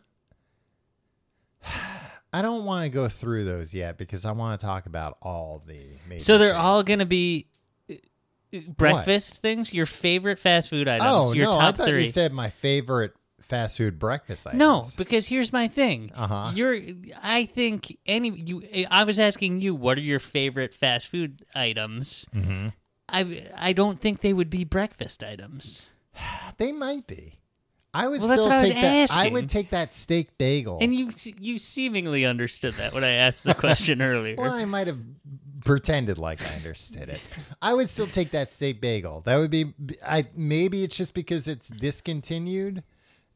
S4: I don't want to go through those yet because I want to talk about all the. Major
S5: So they're
S4: chains.
S5: all going to be uh, uh, breakfast things, your favorite fast food items,
S4: Oh
S5: your
S4: no! I
S5: top
S4: thought
S5: three.
S4: you said my favorite fast food breakfast items.
S5: no, because here's my thing.
S4: Uh-huh.
S5: You're I think any you I was asking you what are your favorite fast food items? Mm-hmm. I I don't think they would be breakfast items.
S4: they might be. I would
S5: Well, that's
S4: still
S5: what I was
S4: take that. I
S5: asking.
S4: would take that steak bagel.
S5: And you se- you seemingly understood that when I asked the question earlier.
S4: Well, I might have pretended like I understood it. I would still take that steak bagel. That would be. I maybe it's just because it's discontinued.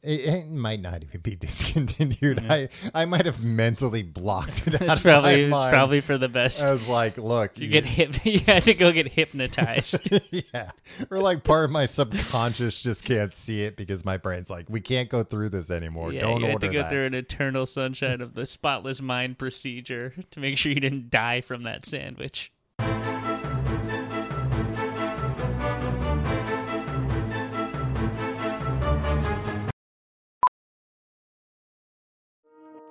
S4: It, it might not even be discontinued. I I might have mentally blocked it out.
S5: That's
S4: of my
S5: probably it's
S4: mind.
S5: probably for the best.
S4: I was like, look,
S5: you get hip. You had to go get hypnotized.
S4: yeah, or like part of my subconscious just can't see it because my brain's like, we can't go through this anymore.
S5: yeah,
S4: Don't
S5: you had
S4: order
S5: to go
S4: that.
S5: through an eternal sunshine of the spotless mind procedure to make sure you didn't die from that sandwich.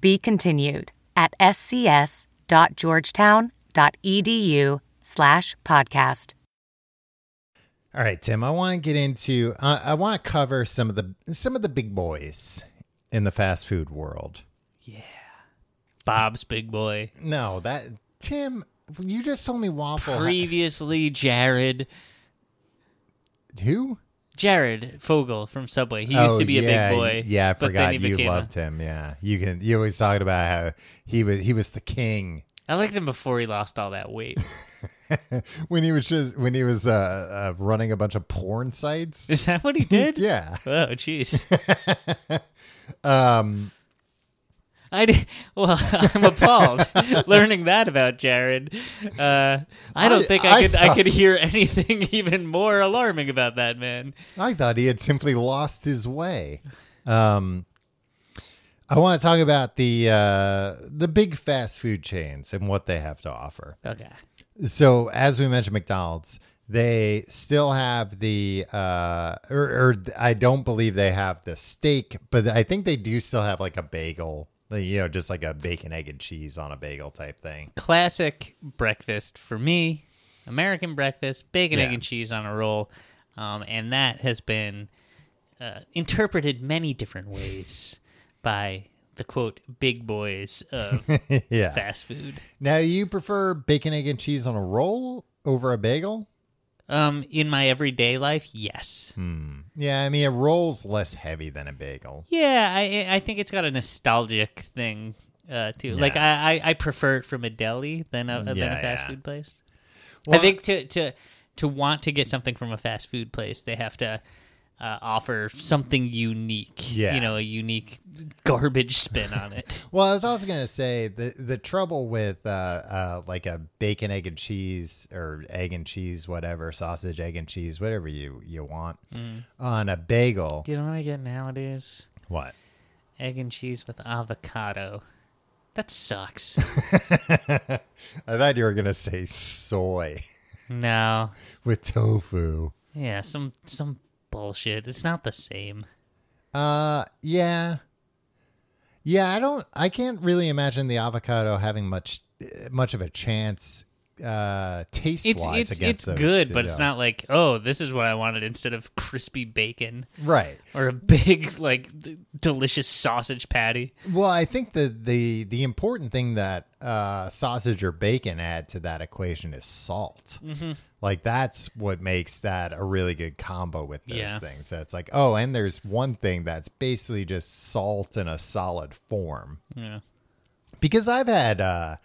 S6: Be continued at scs.georgetown.edu/slash podcast.
S4: All right, Tim. I want to get into. Uh, I want to cover some of the some of the big boys in the fast food world.
S5: Bob's Big Boy.
S4: No, that Tim. You just told me waffle.
S5: Previously, Jared.
S4: Who?
S5: Jared Fogel from Subway. He
S4: Oh,
S5: used to be
S4: yeah,
S5: a big boy.
S4: Yeah, I
S5: but then
S4: forgot
S5: he
S4: you
S5: became a-
S4: loved him. Yeah, you can. You always talked about how he was. He was the king
S5: I liked him before he lost all that weight.
S4: when he was just when he was uh, uh running a bunch of porn sites.
S5: Is that what he did?
S4: yeah.
S5: Oh, jeez.
S4: Um.
S5: I did, well, I'm appalled learning that about Jared. Uh, I
S4: I-
S5: don't think I,
S4: I
S5: could I
S4: thought-
S5: could hear anything even more alarming about that man.
S4: I thought he had simply lost his way. Um, I want to talk about the uh, the big fast food chains and what they have to offer.
S5: Okay.
S4: So, as we mentioned, McDonald's they still have the uh, or, or I don't believe they have the steak, but I think they do still have like a bagel, like, you know, just like a bacon, egg, and cheese on a bagel type thing.
S5: Classic breakfast for me. American breakfast, bacon, egg,
S4: Yeah.
S5: and cheese on a roll, um, and that has been uh, interpreted many different ways by the quote big boys of
S4: yeah.
S5: fast food.
S4: Now, you prefer bacon, egg, and cheese on a roll over a bagel?
S5: Um, in my everyday life,
S4: Hmm.
S5: yes.
S4: Yeah, I mean, a roll's less heavy than a bagel.
S5: Yeah, I I I think it's got a nostalgic thing uh, too. Like I, I I prefer it from a deli than a uh, than
S4: Yeah,
S5: a fast
S4: yeah.
S5: food place.
S4: Well,
S5: I think to to to want to get something from a fast food place, they have to. Uh, offer something unique,
S4: Yeah.
S5: you know, a unique garbage spin on it.
S4: Well, I was also gonna say the the trouble with uh, uh, like a bacon, egg, and cheese, or egg and cheese, whatever sausage, egg and cheese, whatever you you want on a bagel.
S5: you know what I Mm. get nowadays?
S4: What?
S5: Egg and cheese with avocado. That sucks.
S4: I thought you were gonna say soy
S5: no,
S4: with tofu.
S5: yeah, some some bullshit. It's not the same.
S4: Uh, yeah, yeah. I don't. I can't really imagine the avocado having much much of a chance uh, taste
S5: It's
S4: wise
S5: it's
S4: against
S5: it's
S4: those
S5: good,
S4: two,
S5: but it's
S4: yeah.
S5: not like oh, this is what I wanted instead of crispy bacon
S4: right.
S5: or a big like d- delicious sausage patty.
S4: Well, I think the the the important thing that uh, sausage or bacon add to that equation is salt.
S5: Mm-hmm.
S4: Like that's what makes that a really good combo with those
S5: Yeah.
S4: things. That's like oh, and there's one thing that's basically just salt in a solid form.
S5: Yeah.
S4: Because I've had uh,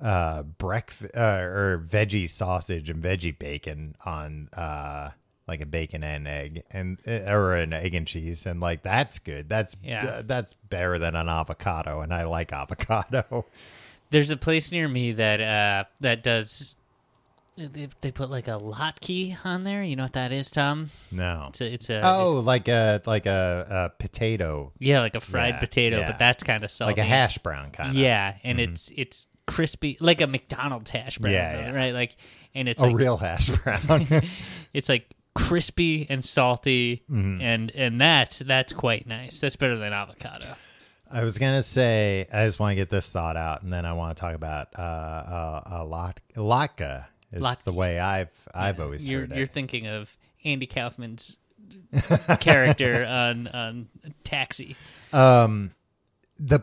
S4: uh, breakfast uh, or veggie sausage and veggie bacon on uh, like a bacon and egg and uh, or an egg and cheese, and like that's good. That's
S5: Yeah.
S4: uh, that's better than an avocado, and I like avocado.
S5: There's a place near me that uh that does they, they put like a latke on there. You know what that is, Tom?
S4: no.
S5: It's a, it's a
S4: Oh, like a like a, a potato,
S5: yeah, like a fried
S4: Yeah,
S5: potato,
S4: yeah.
S5: but that's kind of salty.
S4: like a hash brown kind of.
S5: Yeah, and it's it's crispy like a McDonald's hash brown,
S4: Yeah,
S5: though,
S4: yeah.
S5: right? Like and it's
S4: a
S5: like
S4: real hash brown.
S5: it's like crispy and salty
S4: Mm-hmm.
S5: and and that's that's quite nice. That's better than avocado.
S4: I was gonna say I just want to get this thought out, and then I want to talk about uh, uh, a lot latke is
S5: Latke.
S4: the way I've I've always
S5: You're
S4: heard it.
S5: you're thinking of Andy Kaufman's character on on Taxi.
S4: the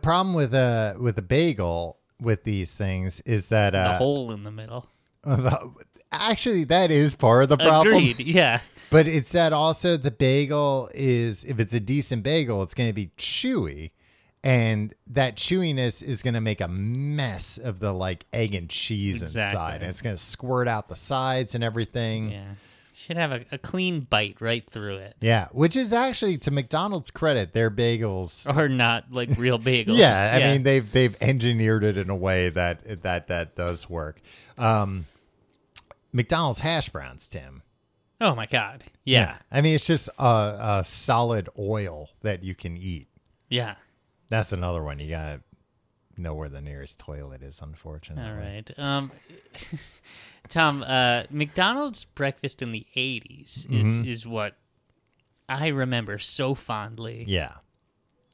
S4: problem with a with a bagel with these things is that
S5: The
S4: uh,
S5: hole in the middle.
S4: actually that is part of the problem.
S5: Agreed. Yeah.
S4: But it's that also the bagel is if it's a decent bagel, it's going to be chewy, and that chewiness is going to make a mess of the like egg and cheese inside,
S5: Exactly.
S4: and it's going to squirt out the sides and everything.
S5: Yeah. Should have a, a clean bite right through it.
S4: Yeah, which is actually to McDonald's credit, their bagels.
S5: Or not like real bagels.
S4: Yeah, I mean they've they've engineered it in a way that that that does work. Um, McDonald's hash browns, Tim.
S5: Oh my god. Yeah.
S4: I mean it's just a, a solid oil that you can eat.
S5: Yeah.
S4: That's another one you gotta know where the nearest toilet is.
S5: All
S4: Unfortunately,
S5: right. Um, Tom, uh, McDonald's breakfast in the 80s is,
S4: Mm-hmm.
S5: is what I remember so fondly.
S4: yeah,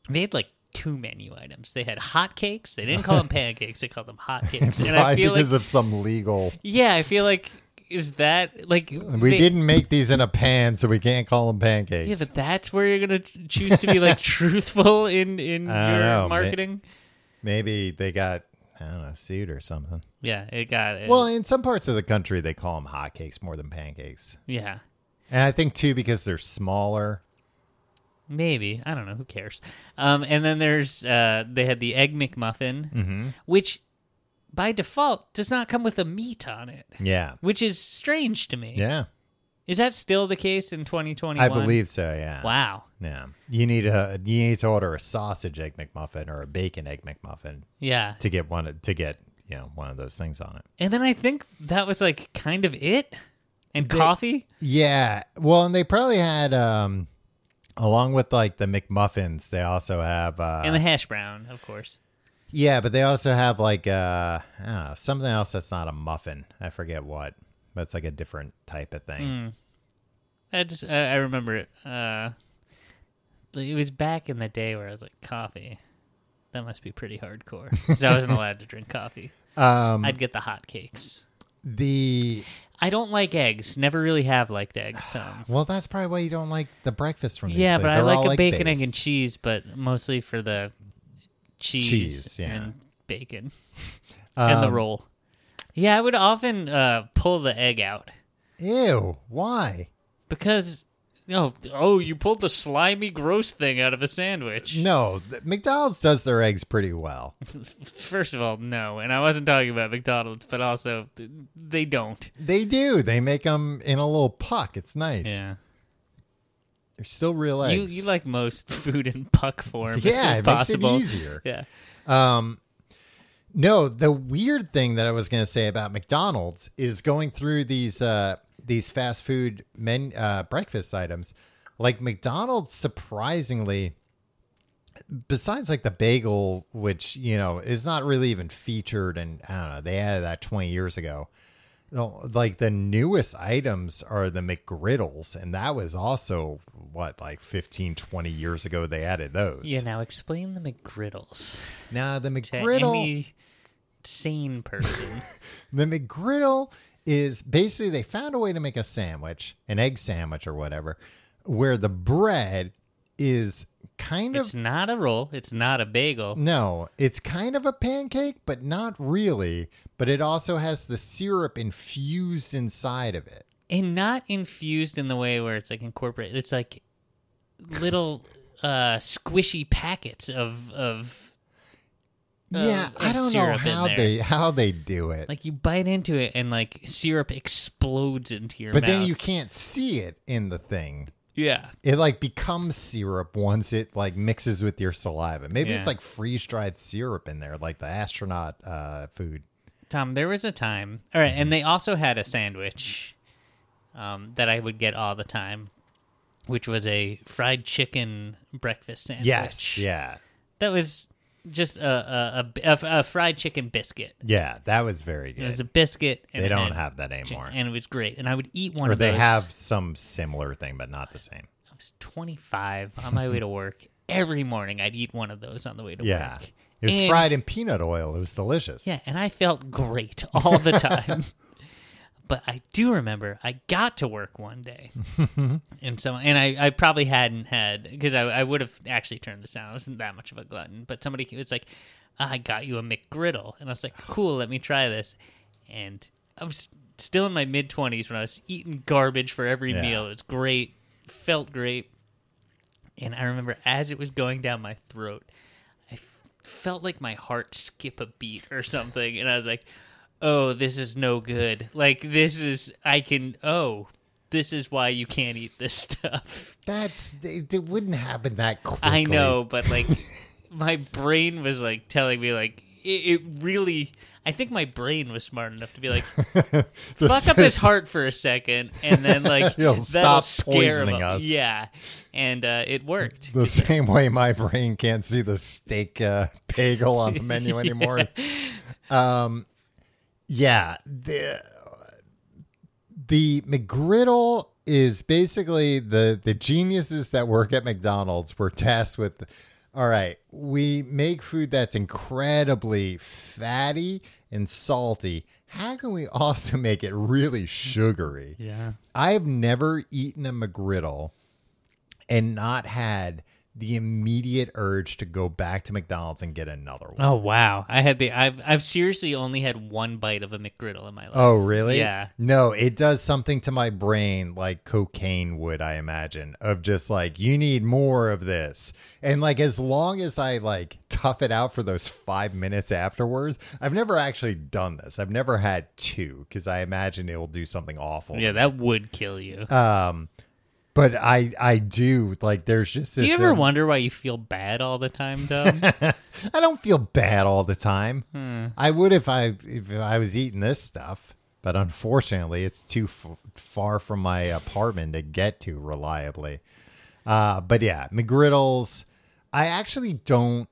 S5: They had like two menu items. They had hotcakes. They didn't call them pancakes. They called them hotcakes. And
S4: probably
S5: I feel like,
S4: because of some legal.
S5: yeah, I feel like, is that like.
S4: We
S5: they-
S4: didn't make these in a pan, so we can't call them pancakes.
S5: Yeah, but that's where you're going to choose to be like truthful in, in your
S4: I don't know, ma-
S5: marketing.
S4: Maybe they got I don't know sued or something.
S5: Yeah, it got it.
S4: Well, in some parts of the country, they call them hotcakes more than pancakes.
S5: yeah.
S4: And I think too because they're smaller.
S5: Maybe I don't know. Who cares? Um, and then there's uh, they had the egg McMuffin,
S4: Mm-hmm.
S5: which by default does not come with a meat on it,
S4: Yeah,
S5: which is strange to me.
S4: yeah,
S5: Is that still the case in 2021?
S4: I believe so. Yeah,
S5: Wow.
S4: yeah. You need a you need to order a sausage egg McMuffin or a bacon egg McMuffin
S5: Yeah.
S4: to get one to get you know one of those things on it.
S5: And then I think that was like kind of it. And coffee.
S4: Yeah, well, and they probably had um, along with like the McMuffins, they also have uh,
S5: and the hash brown, of course.
S4: yeah, but they also have like uh, I don't know, something else that's not a muffin. I forget what. That's like a different type of thing.
S5: Hmm. I just I, I remember it. Uh, it was back in the day where I was like coffee. That must be pretty hardcore 'cause I wasn't allowed to drink coffee.
S4: Um,
S5: I'd get the hot cakes.
S4: the
S5: I don't like eggs. Never really have liked eggs, Tom.
S4: Well, that's probably why you don't like the breakfast from these.
S5: yeah,
S4: places.
S5: but I
S4: They're all,
S5: like a bacon, egg,
S4: based.
S5: and cheese, but mostly for the cheese,
S4: Cheese, yeah.
S5: and bacon and the
S4: Um,
S5: roll. Yeah, I would often uh, pull the egg out
S4: Ew, why?
S5: because oh oh you pulled the slimy gross thing out of a sandwich.
S4: No, th- McDonald's does their eggs pretty well.
S5: First of all, no, and I wasn't talking about McDonald's, but also th- they don't.
S4: They do. They make them in a little puck. It's nice.
S5: Yeah,
S4: They're still real eggs.
S5: you you like most food in puck form.
S4: Yeah,
S5: if
S4: it makes it
S5: possible.
S4: easier.
S5: Yeah.
S4: Um, no, the weird thing that I was going to say about McDonald's is going through these uh, these fast food men uh, breakfast items, like McDonald's surprisingly. Besides, like the bagel, which you know is not really even featured, and I don't know, they added that twenty years ago. No, Like the newest items are the McGriddles, and that was also what like 15, 20 years ago they added those.
S5: Yeah, now explain the McGriddles
S4: now the
S5: to
S4: McGriddle
S5: any sane person.
S4: The McGriddle is basically they found a way to make a sandwich, an egg sandwich or whatever, where the bread is kind
S5: it's
S4: of
S5: not a roll. It's not a bagel.
S4: no, it's kind of a pancake, but not really. But it also has the syrup infused inside of it.
S5: and not infused in the way where it's like incorporated. It's like little uh, squishy packets of of
S4: yeah,
S5: of
S4: I don't know
S5: Uh, syrup in
S4: how
S5: there.
S4: they how they do it.
S5: like you bite into it and like syrup explodes into your
S4: but
S5: mouth.
S4: then you can't see it in the thing.
S5: yeah
S4: It like becomes syrup once it like mixes with your saliva. Maybe
S5: Yeah.
S4: it's like freeze dried syrup in there, like the astronaut uh, food.
S5: Tom. There was a time. All right, and they also had a sandwich um, that I would get all the time, which was a fried chicken breakfast sandwich.
S4: Yes, yeah,
S5: that was just a a, a, a fried chicken biscuit.
S4: yeah. That was very good.
S5: It was a biscuit. And
S4: they
S5: it
S4: don't
S5: had
S4: have that
S5: chicken,
S4: anymore,
S5: and it was great. And I would eat one
S4: or
S5: of
S4: they
S5: those.
S4: have some similar thing, but not the same.
S5: I was 25 on my way to work. Every morning I'd eat one of those on the way to
S4: Yeah,
S5: work.
S4: it was
S5: And-
S4: fried in peanut oil. It was delicious.
S5: Yeah, and I felt great all the time. but I do remember I got to work one day. and so and I, I probably hadn't had because I, I would have actually turned this down. I wasn't that much of a glutton. But somebody was like, "Ah, I got you a McGriddle. And I was like, cool, let me try this. And I was still in my mid 20s when I was eating garbage for every
S4: Yeah.
S5: meal. It was great, felt great. And I remember as it was going down my throat, I f- felt like my heart skip a beat or something. And I was like, oh, this is no good. Like, this is, I can, oh, this is why you can't eat this stuff.
S4: That's it, it wouldn't happen that quickly.
S5: I know, but like, my brain was like telling me, like, it, it really, I think my brain was smart enough to be like,
S4: The
S5: fuck up his
S4: sys-
S5: heart for a second, and then like
S4: He'll
S5: that'll
S4: stop
S5: scare him.
S4: poisoning
S5: off.
S4: us.
S5: Yeah, and uh, it worked.
S4: The same way my brain can't see the steak uh, bagel on the menu anymore. Um, yeah, the the McGriddle is basically the the geniuses that work at McDonald's were tasked with. All right, we make food that's incredibly fatty and salty. How can we also make it really sugary?
S5: Yeah,
S4: I've never eaten a McGriddle and not had the immediate urge to go back to McDonald's and get another one.
S5: Oh wow! I had the I've I've seriously only had one bite of a McGriddle in my life.
S4: Oh, really?
S5: Yeah.
S4: No, it does something to my brain like cocaine would, I imagine, of just like, you need more of this. And like, as long as I like tough it out for those five minutes afterwards, I've never actually done this. I've never had two because I imagine it will do something awful.
S5: yeah, that would kill you.
S4: Um, but I, I do like, there's just this.
S5: Do you ever
S4: in-
S5: wonder why you feel bad all the time, Dom?
S4: I don't feel bad all the time. I would if I if I was eating this stuff, but unfortunately, it's too f- far from my apartment to get to reliably. Uh, but yeah, McGriddles. I actually don't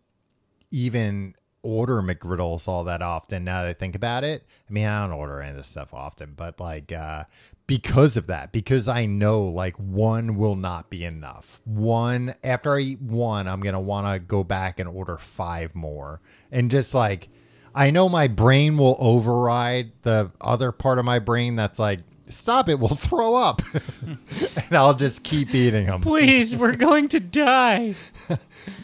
S4: even order McGriddles all that often now that I think about it. I mean, I don't order any of this stuff often, but like uh, because of that, because I know like one will not be enough. One after I eat one, I'm gonna want to go back and order five more, and just like I know my brain will override the other part of my brain that's like. Stop it! We'll throw up, and I'll just keep eating them.
S5: Please, we're going to die.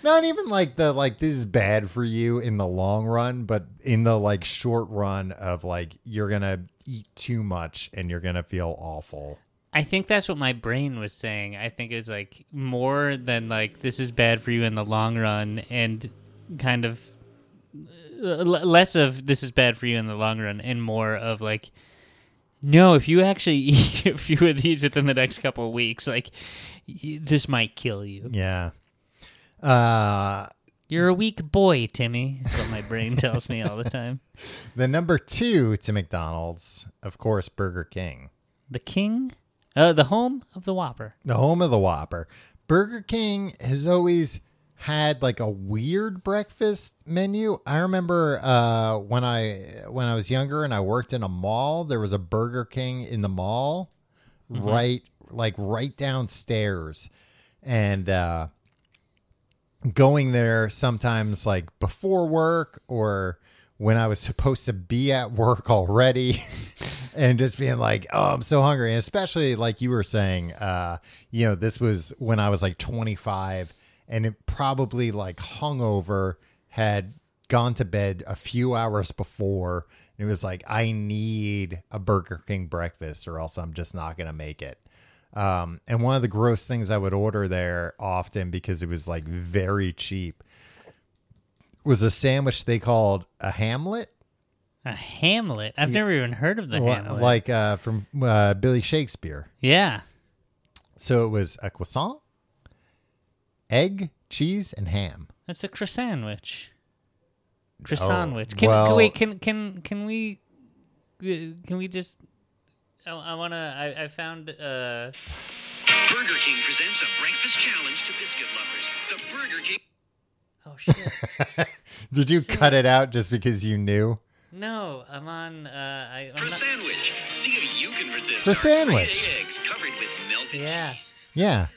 S4: Not even like the like this is bad for you in the long run, but in the like short run of like you're gonna eat too much and you're gonna feel awful.
S5: I think that's what my brain was saying. I think it was like more than like this is bad for you in the long run, and kind of uh, l- less of this is bad for you in the long run, and more of like, no, if you actually eat a few of these within the next couple of weeks, like y- this might kill you.
S4: Yeah. Uh
S5: You're a weak boy, Timmy. Is what my brain tells me all the time.
S4: the number two to McDonald's, of course, Burger King.
S5: The king, uh, the home of the Whopper.
S4: The home of the Whopper. Burger King has always had like a weird breakfast menu. I remember uh when I when I was younger and I worked in a mall, there was a Burger King in the mall. right like right downstairs and uh going there sometimes like before work or when I was supposed to be at work already and just being like, oh, I'm so hungry. And especially like you were saying, uh, you know, this was when I was like 25 and it probably like hungover had gone to bed a few hours before. And it was like, I need a Burger King breakfast or else I'm just not going to make it. Um, and one of the gross things I would order there often because it was like very cheap was a sandwich they called a Hamlet,
S5: A Hamlet. I've never even heard of the
S4: Wha-
S5: Hamlet.
S4: like uh, from uh, Billy Shakespeare.
S5: yeah.
S4: So it was a croissant, egg, cheese, and ham.
S5: That's a croissant sandwich. Croissant sandwich. Can,
S4: Oh, well-
S5: can wait, can can can we uh, can we just I, I want to I, I found uh
S7: Burger King presents a breakfast challenge to biscuit lovers. The Burger King.
S5: oh shit.
S4: Did you cut it out just because you knew?
S5: no, I'm on uh I
S7: For
S5: I'm not,
S7: sandwich. See if you can resist.
S4: For
S7: our
S4: sandwich.
S7: fried eggs covered with melted
S5: Yeah.
S4: Yeah.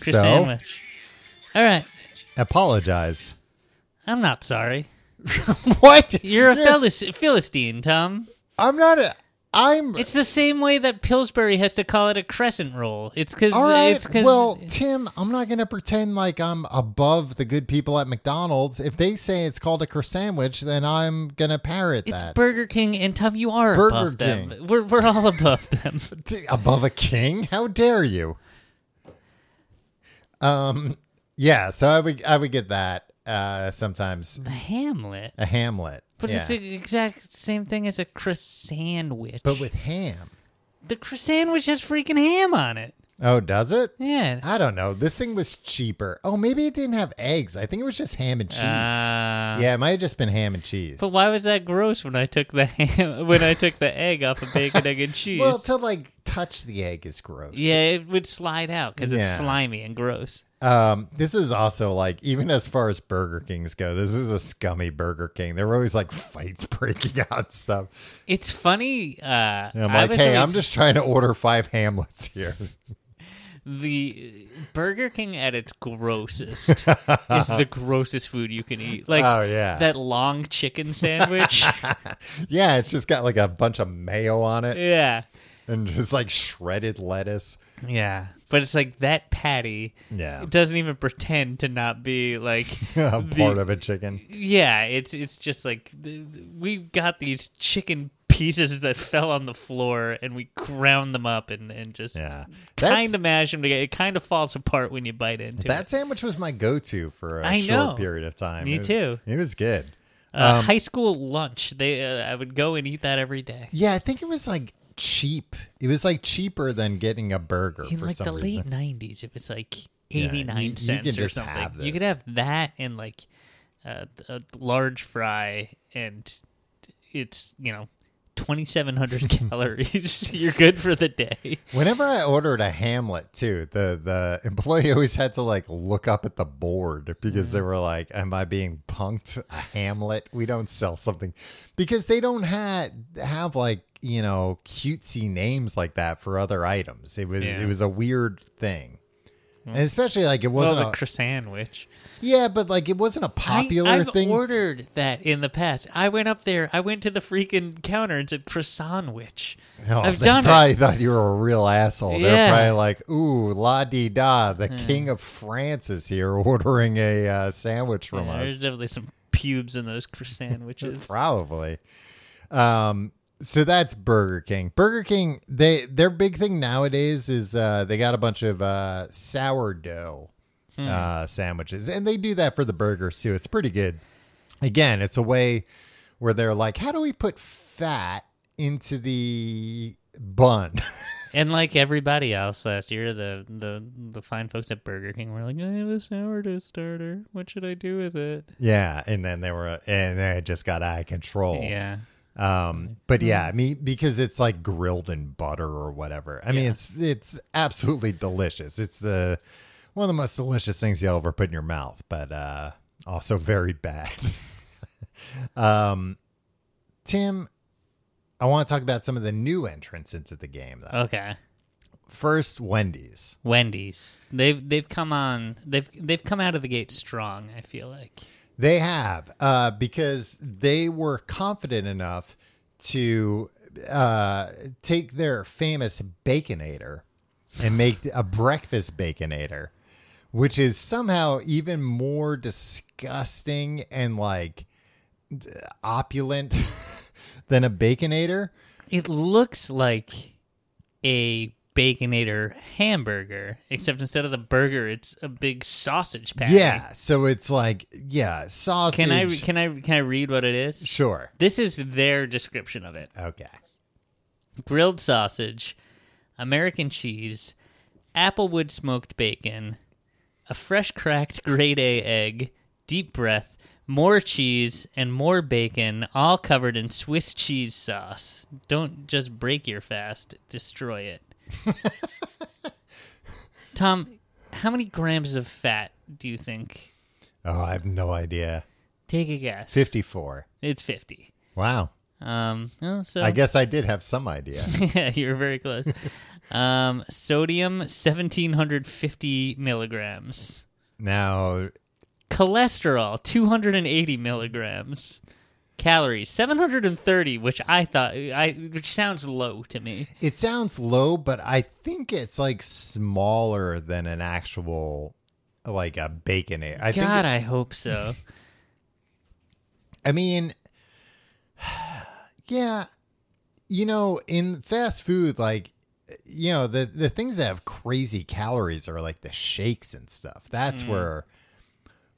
S5: Croissant
S4: So
S5: sandwich. All right.
S4: apologize.
S5: I'm not sorry.
S4: what?
S5: You're a philis- philistine, Tom.
S4: I'm not a. I'm
S5: It's the same way that Pillsbury has to call it a crescent roll. It's because
S4: All right.
S5: it's because
S4: Well, Tim, I'm not going to pretend like I'm above the good people at McDonald's. If they say it's called a croissant sandwich, then I'm going to parrot
S5: it's
S4: that.
S5: Burger King and Tom. You are
S4: Burger
S5: above
S4: King.
S5: them. We're we're all above them.
S4: T- above a king? How dare you? Um. Yeah. So I would I would get that uh, sometimes
S5: The Hamlet.
S4: a Hamlet,
S5: But
S4: yeah.
S5: it's the exact same thing as a croissantwich.
S4: but with ham.
S5: the croissantwich has freaking ham on it.
S4: Oh, does it?
S5: Yeah.
S4: I don't know. This thing was cheaper. Oh, maybe it didn't have eggs. I think it was just ham and cheese.
S5: Ah.
S4: yeah, it might have just been ham and cheese.
S5: But why was that gross when I took the ham when I took the egg off of bacon, egg, and cheese?
S4: Well, to like touch the egg is gross.
S5: yeah, it would slide out because
S4: Yeah.
S5: it's slimy and gross.
S4: Um, this was also like even as far as Burger Kings go, this was a scummy Burger King. There were always like fights breaking out and stuff.
S5: It's funny. Uh,
S4: And I'm
S5: I
S4: like,
S5: was
S4: hey,
S5: always-
S4: I'm just trying to order five Hamlets here.
S5: the Burger King at its grossest is the grossest food you can eat. Like
S4: Oh, yeah.
S5: that long chicken sandwich.
S4: yeah, it's just got like a bunch of mayo on it
S5: yeah.
S4: and just like shredded lettuce.
S5: Yeah. But it's like that patty
S4: Yeah.
S5: it doesn't even pretend to not be like
S4: a
S5: the-
S4: part of a chicken.
S5: Yeah, it's it's just like th- th- we got these chicken pieces that fell on the floor and we ground them up and and just
S4: Yeah. That's-
S5: kind of mash them together. It kind of falls apart when you bite into
S4: That
S5: it.
S4: sandwich was my go to for a
S5: I
S4: short
S5: know.
S4: period of time.
S5: Me
S4: It was-
S5: too.
S4: It was good.
S5: Uh,
S4: Um,
S5: high school lunch. They uh, I would go and eat that every day.
S4: Yeah, I think it was like cheap. It was like cheaper than getting a burger
S5: in
S4: for
S5: like
S4: some
S5: the
S4: reason.
S5: late nineties, it was like
S4: Yeah,
S5: eighty nine
S4: you- you can
S5: cents or
S4: just
S5: something.
S4: have
S5: You could
S4: this.
S5: have that and like uh, a large fry, and it's you know twenty seven hundred calories. You're good for the day.
S4: Whenever I ordered a Hamlet too, the the employee always had to like look up at the board because
S5: Mm.
S4: they were like, "Am I being punked? A Hamlet? We don't sell something," because they don't have have like you know cutesy names like that for other items. It was
S5: Yeah. Hmm.
S4: it was a weird thing, and especially like it wasn't.
S5: well,
S4: a,
S5: the croissant sandwich.
S4: yeah, but like it wasn't a popular
S5: I, I've
S4: thing.
S5: ordered that in the past. I went up there. I went to the freaking counter and said croissant witch.
S4: No,
S5: I've
S4: they
S5: done
S4: probably
S5: it.
S4: thought you were a real asshole. They're
S5: Yeah. Hmm.
S4: probably like, "Ooh, la di da, the king of France is here ordering a uh, sandwich from
S5: Yeah, there's
S4: us."
S5: definitely some pubes in those croissant sandwiches.
S4: Probably. Um, so that's Burger King. Burger King, they their big thing nowadays is uh, they got a bunch of uh, sourdough
S5: Hmm.
S4: uh, sandwiches, and they do that for the burgers too. It's pretty good. Again, it's a way where they're like, "How do we put fat into the bun?"
S5: And like everybody else last year, the the the fine folks at Burger King were like, "I have a sourdough starter. What should I do with it?"
S4: Yeah, and then they were, and then it just got out of control.
S5: Yeah,
S4: Um, but yeah, I mean, because it's like grilled in butter or whatever. I mean, it's it's absolutely delicious. It's the one of the most delicious things you'll ever put in your mouth, but uh, also very bad. um, Tim, I want to talk about some of the new entrants into the game. Though.
S5: okay.
S4: First, Wendy's.
S5: Wendy's. They've they've come on. They've they've come out of the gate strong. I feel like
S4: They have, uh, because they were confident enough to uh, take their famous baconator and make a breakfast baconator, which is somehow even more disgusting and like d- opulent than a baconator.
S5: It looks like a baconator hamburger, except instead of the burger, it's a big sausage patty.
S4: Yeah, so it's like yeah, sausage.
S5: Can I re- can I can I read what it is?
S4: sure.
S5: This is their description of it.
S4: Okay.
S5: grilled sausage, American cheese, applewood smoked bacon, a fresh cracked grade A egg, deep breath, more cheese, and more bacon, all covered in Swiss cheese sauce. Don't just break your fast, destroy it. Tom, how many grams of fat do you think?
S4: Oh, I have no idea.
S5: Take a guess.
S4: Fifty-four.
S5: It's 50.
S4: Wow.
S5: Um, oh, so
S4: I guess I did have some idea.
S5: yeah, you were very close. um, sodium, 1,750 milligrams.
S4: now,
S5: Cholesterol, 280 milligrams. Calories, 730, which I thought, I which sounds low to me.
S4: it sounds low, but I think it's like smaller than an actual, like a bacon. I think.
S5: God, I hope so.
S4: I mean, yeah, you know, in fast food, like, you know, the the things that have crazy calories are like the shakes and stuff. That's
S5: Mm.
S4: where,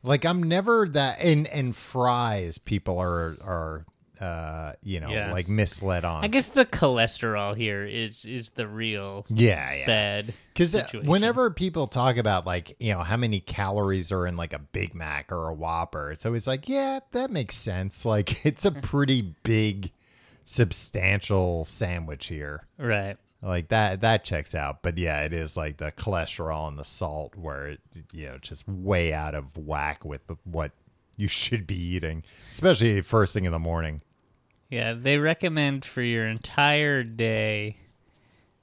S4: like, I'm never that. And and fries, people are are, uh, you know,
S5: Yeah.
S4: like misled on.
S5: I guess the cholesterol here is is the real
S4: Yeah, yeah.
S5: bad.
S4: Because
S5: situation.
S4: whenever people talk about like you know how many calories are in like a Big Mac or a Whopper, it's always like yeah that makes sense. Like it's
S5: Hmm.
S4: a pretty big, substantial sandwich here.
S5: Right.
S4: Like that that checks out. But yeah, it is like the cholesterol and the salt where it you know just way out of whack with what you should be eating, especially first thing in the morning.
S5: Yeah, they recommend for your entire day.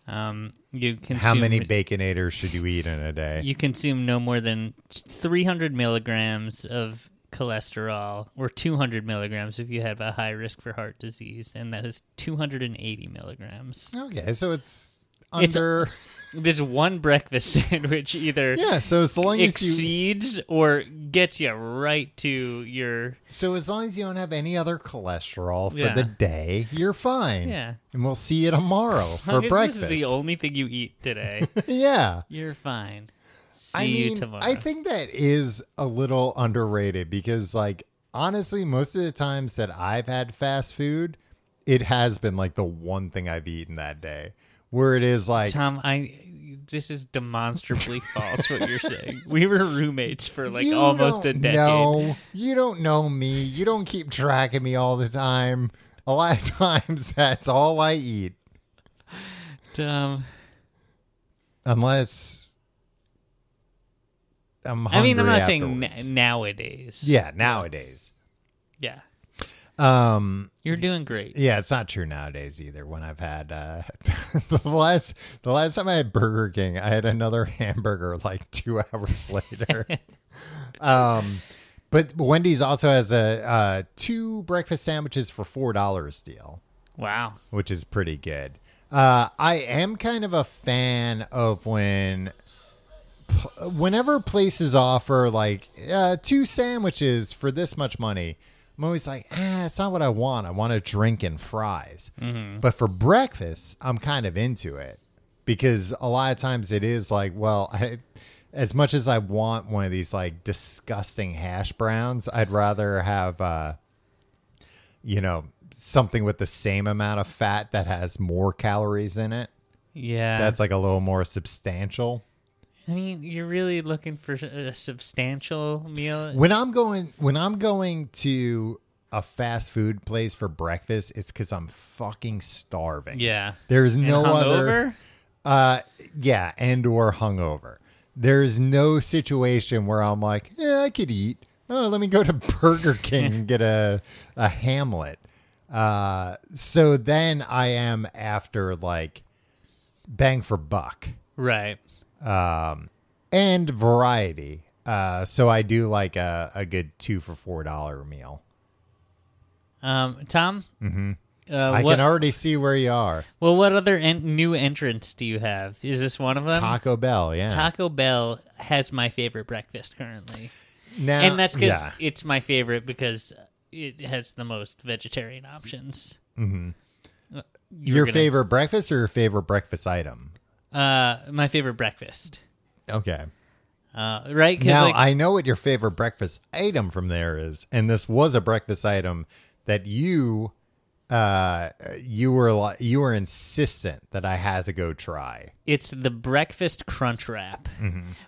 S5: Um, you consume
S4: How many baconators should you eat in a day?
S5: you consume no more than 300 milligrams of cholesterol or 200 milligrams if you have a high risk for heart disease and that is 280 milligrams
S4: okay, so it's
S5: It's-
S4: under.
S5: this one breakfast sandwich either
S4: Yeah, so as long as you
S5: exceeds or gets you right to your
S4: so as long as you don't have any other cholesterol for
S5: Yeah.
S4: the day, you're fine.
S5: Yeah.
S4: And we'll see you tomorrow
S5: As
S4: for
S5: long as
S4: breakfast.
S5: this is the only thing you eat today
S4: yeah.
S5: you're fine see
S4: I
S5: you
S4: mean,
S5: tomorrow
S4: I think that is a little underrated because like honestly, most of the times that I've had fast food, it has been like the one thing I've eaten that day. Where it is like
S5: Tom, I this is demonstrably false what you're saying. We were roommates for like
S4: you
S5: almost a
S4: don't
S5: decade.
S4: know. you don't know me. You don't keep track of me all the time. A lot of times that's all I eat.
S5: Tom,
S4: unless I'm hungry
S5: I mean, I'm not saying
S4: afterwards.
S5: n- nowadays.
S4: yeah, nowadays.
S5: Yeah.
S4: Um,
S5: You're doing great.
S4: yeah, it's not true nowadays either. When I've had uh, the last the last time I had Burger King, I had another hamburger like two hours later. um, but Wendy's also has a uh, two breakfast sandwiches for four dollars deal.
S5: Wow.
S4: which is pretty good. Uh, I am kind of a fan of when, pl- whenever places offer like uh, two sandwiches for this much money, I'm always like, ah, it's not what I want. I want a drink and fries. But for breakfast, I'm kind of into it because a lot of times it is like, well, I, as much as I want one of these like disgusting hash browns, I'd rather have. Uh, you know, something with the same amount of fat that has more calories in it.
S5: Yeah.
S4: That's like a little more substantial.
S5: I mean, you're really looking for a substantial meal.
S4: When I'm going when I'm going to a fast food place for breakfast, it's cuz I'm fucking starving.
S5: yeah.
S4: There's
S5: And
S4: no other
S5: hungover?
S4: uh yeah, and or hungover. There's no situation where I'm like, "Yeah, I could eat. Oh, let me go to Burger King and get a a Hamlet." Uh so then I am after like bang for buck.
S5: Right.
S4: um, and variety. Uh, so I do like a, a good two for four dollar meal.
S5: Um, Tom. Mm-hmm. Uh,
S4: I
S5: what,
S4: can already see where you are.
S5: well, what other en- new entrants do you have? Is this one of them?
S4: Taco Bell, yeah.
S5: Taco Bell has my favorite breakfast currently,
S4: now,
S5: and that's because
S4: yeah.
S5: it's my favorite because it has the most vegetarian options. Mm-hmm.
S4: your favorite breakfast or your favorite breakfast item.
S5: Uh, my favorite breakfast.
S4: Okay.
S5: Uh, right? 'Cause,
S4: Now
S5: like,
S4: I know what your favorite breakfast item from there is, and this was a breakfast item that you, uh, you were li- you were insistent that I had to go try.
S5: it's the breakfast crunch wrap,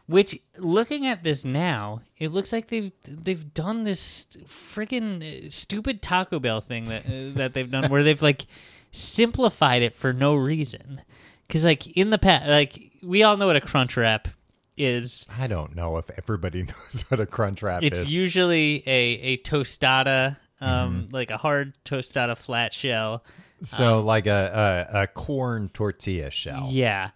S5: which looking at this now, it looks like they've they've done this friggin' uh, stupid Taco Bell thing that uh, that they've done where they've like simplified it for no reason. Because like in the past, like we all know what a crunch wrap is.
S4: I don't know if everybody knows what a crunch wrap
S5: It's
S4: is.
S5: usually a a tostada, um, like a hard tostada flat shell.
S4: so like a, a a corn tortilla shell.
S5: Um, Yeah.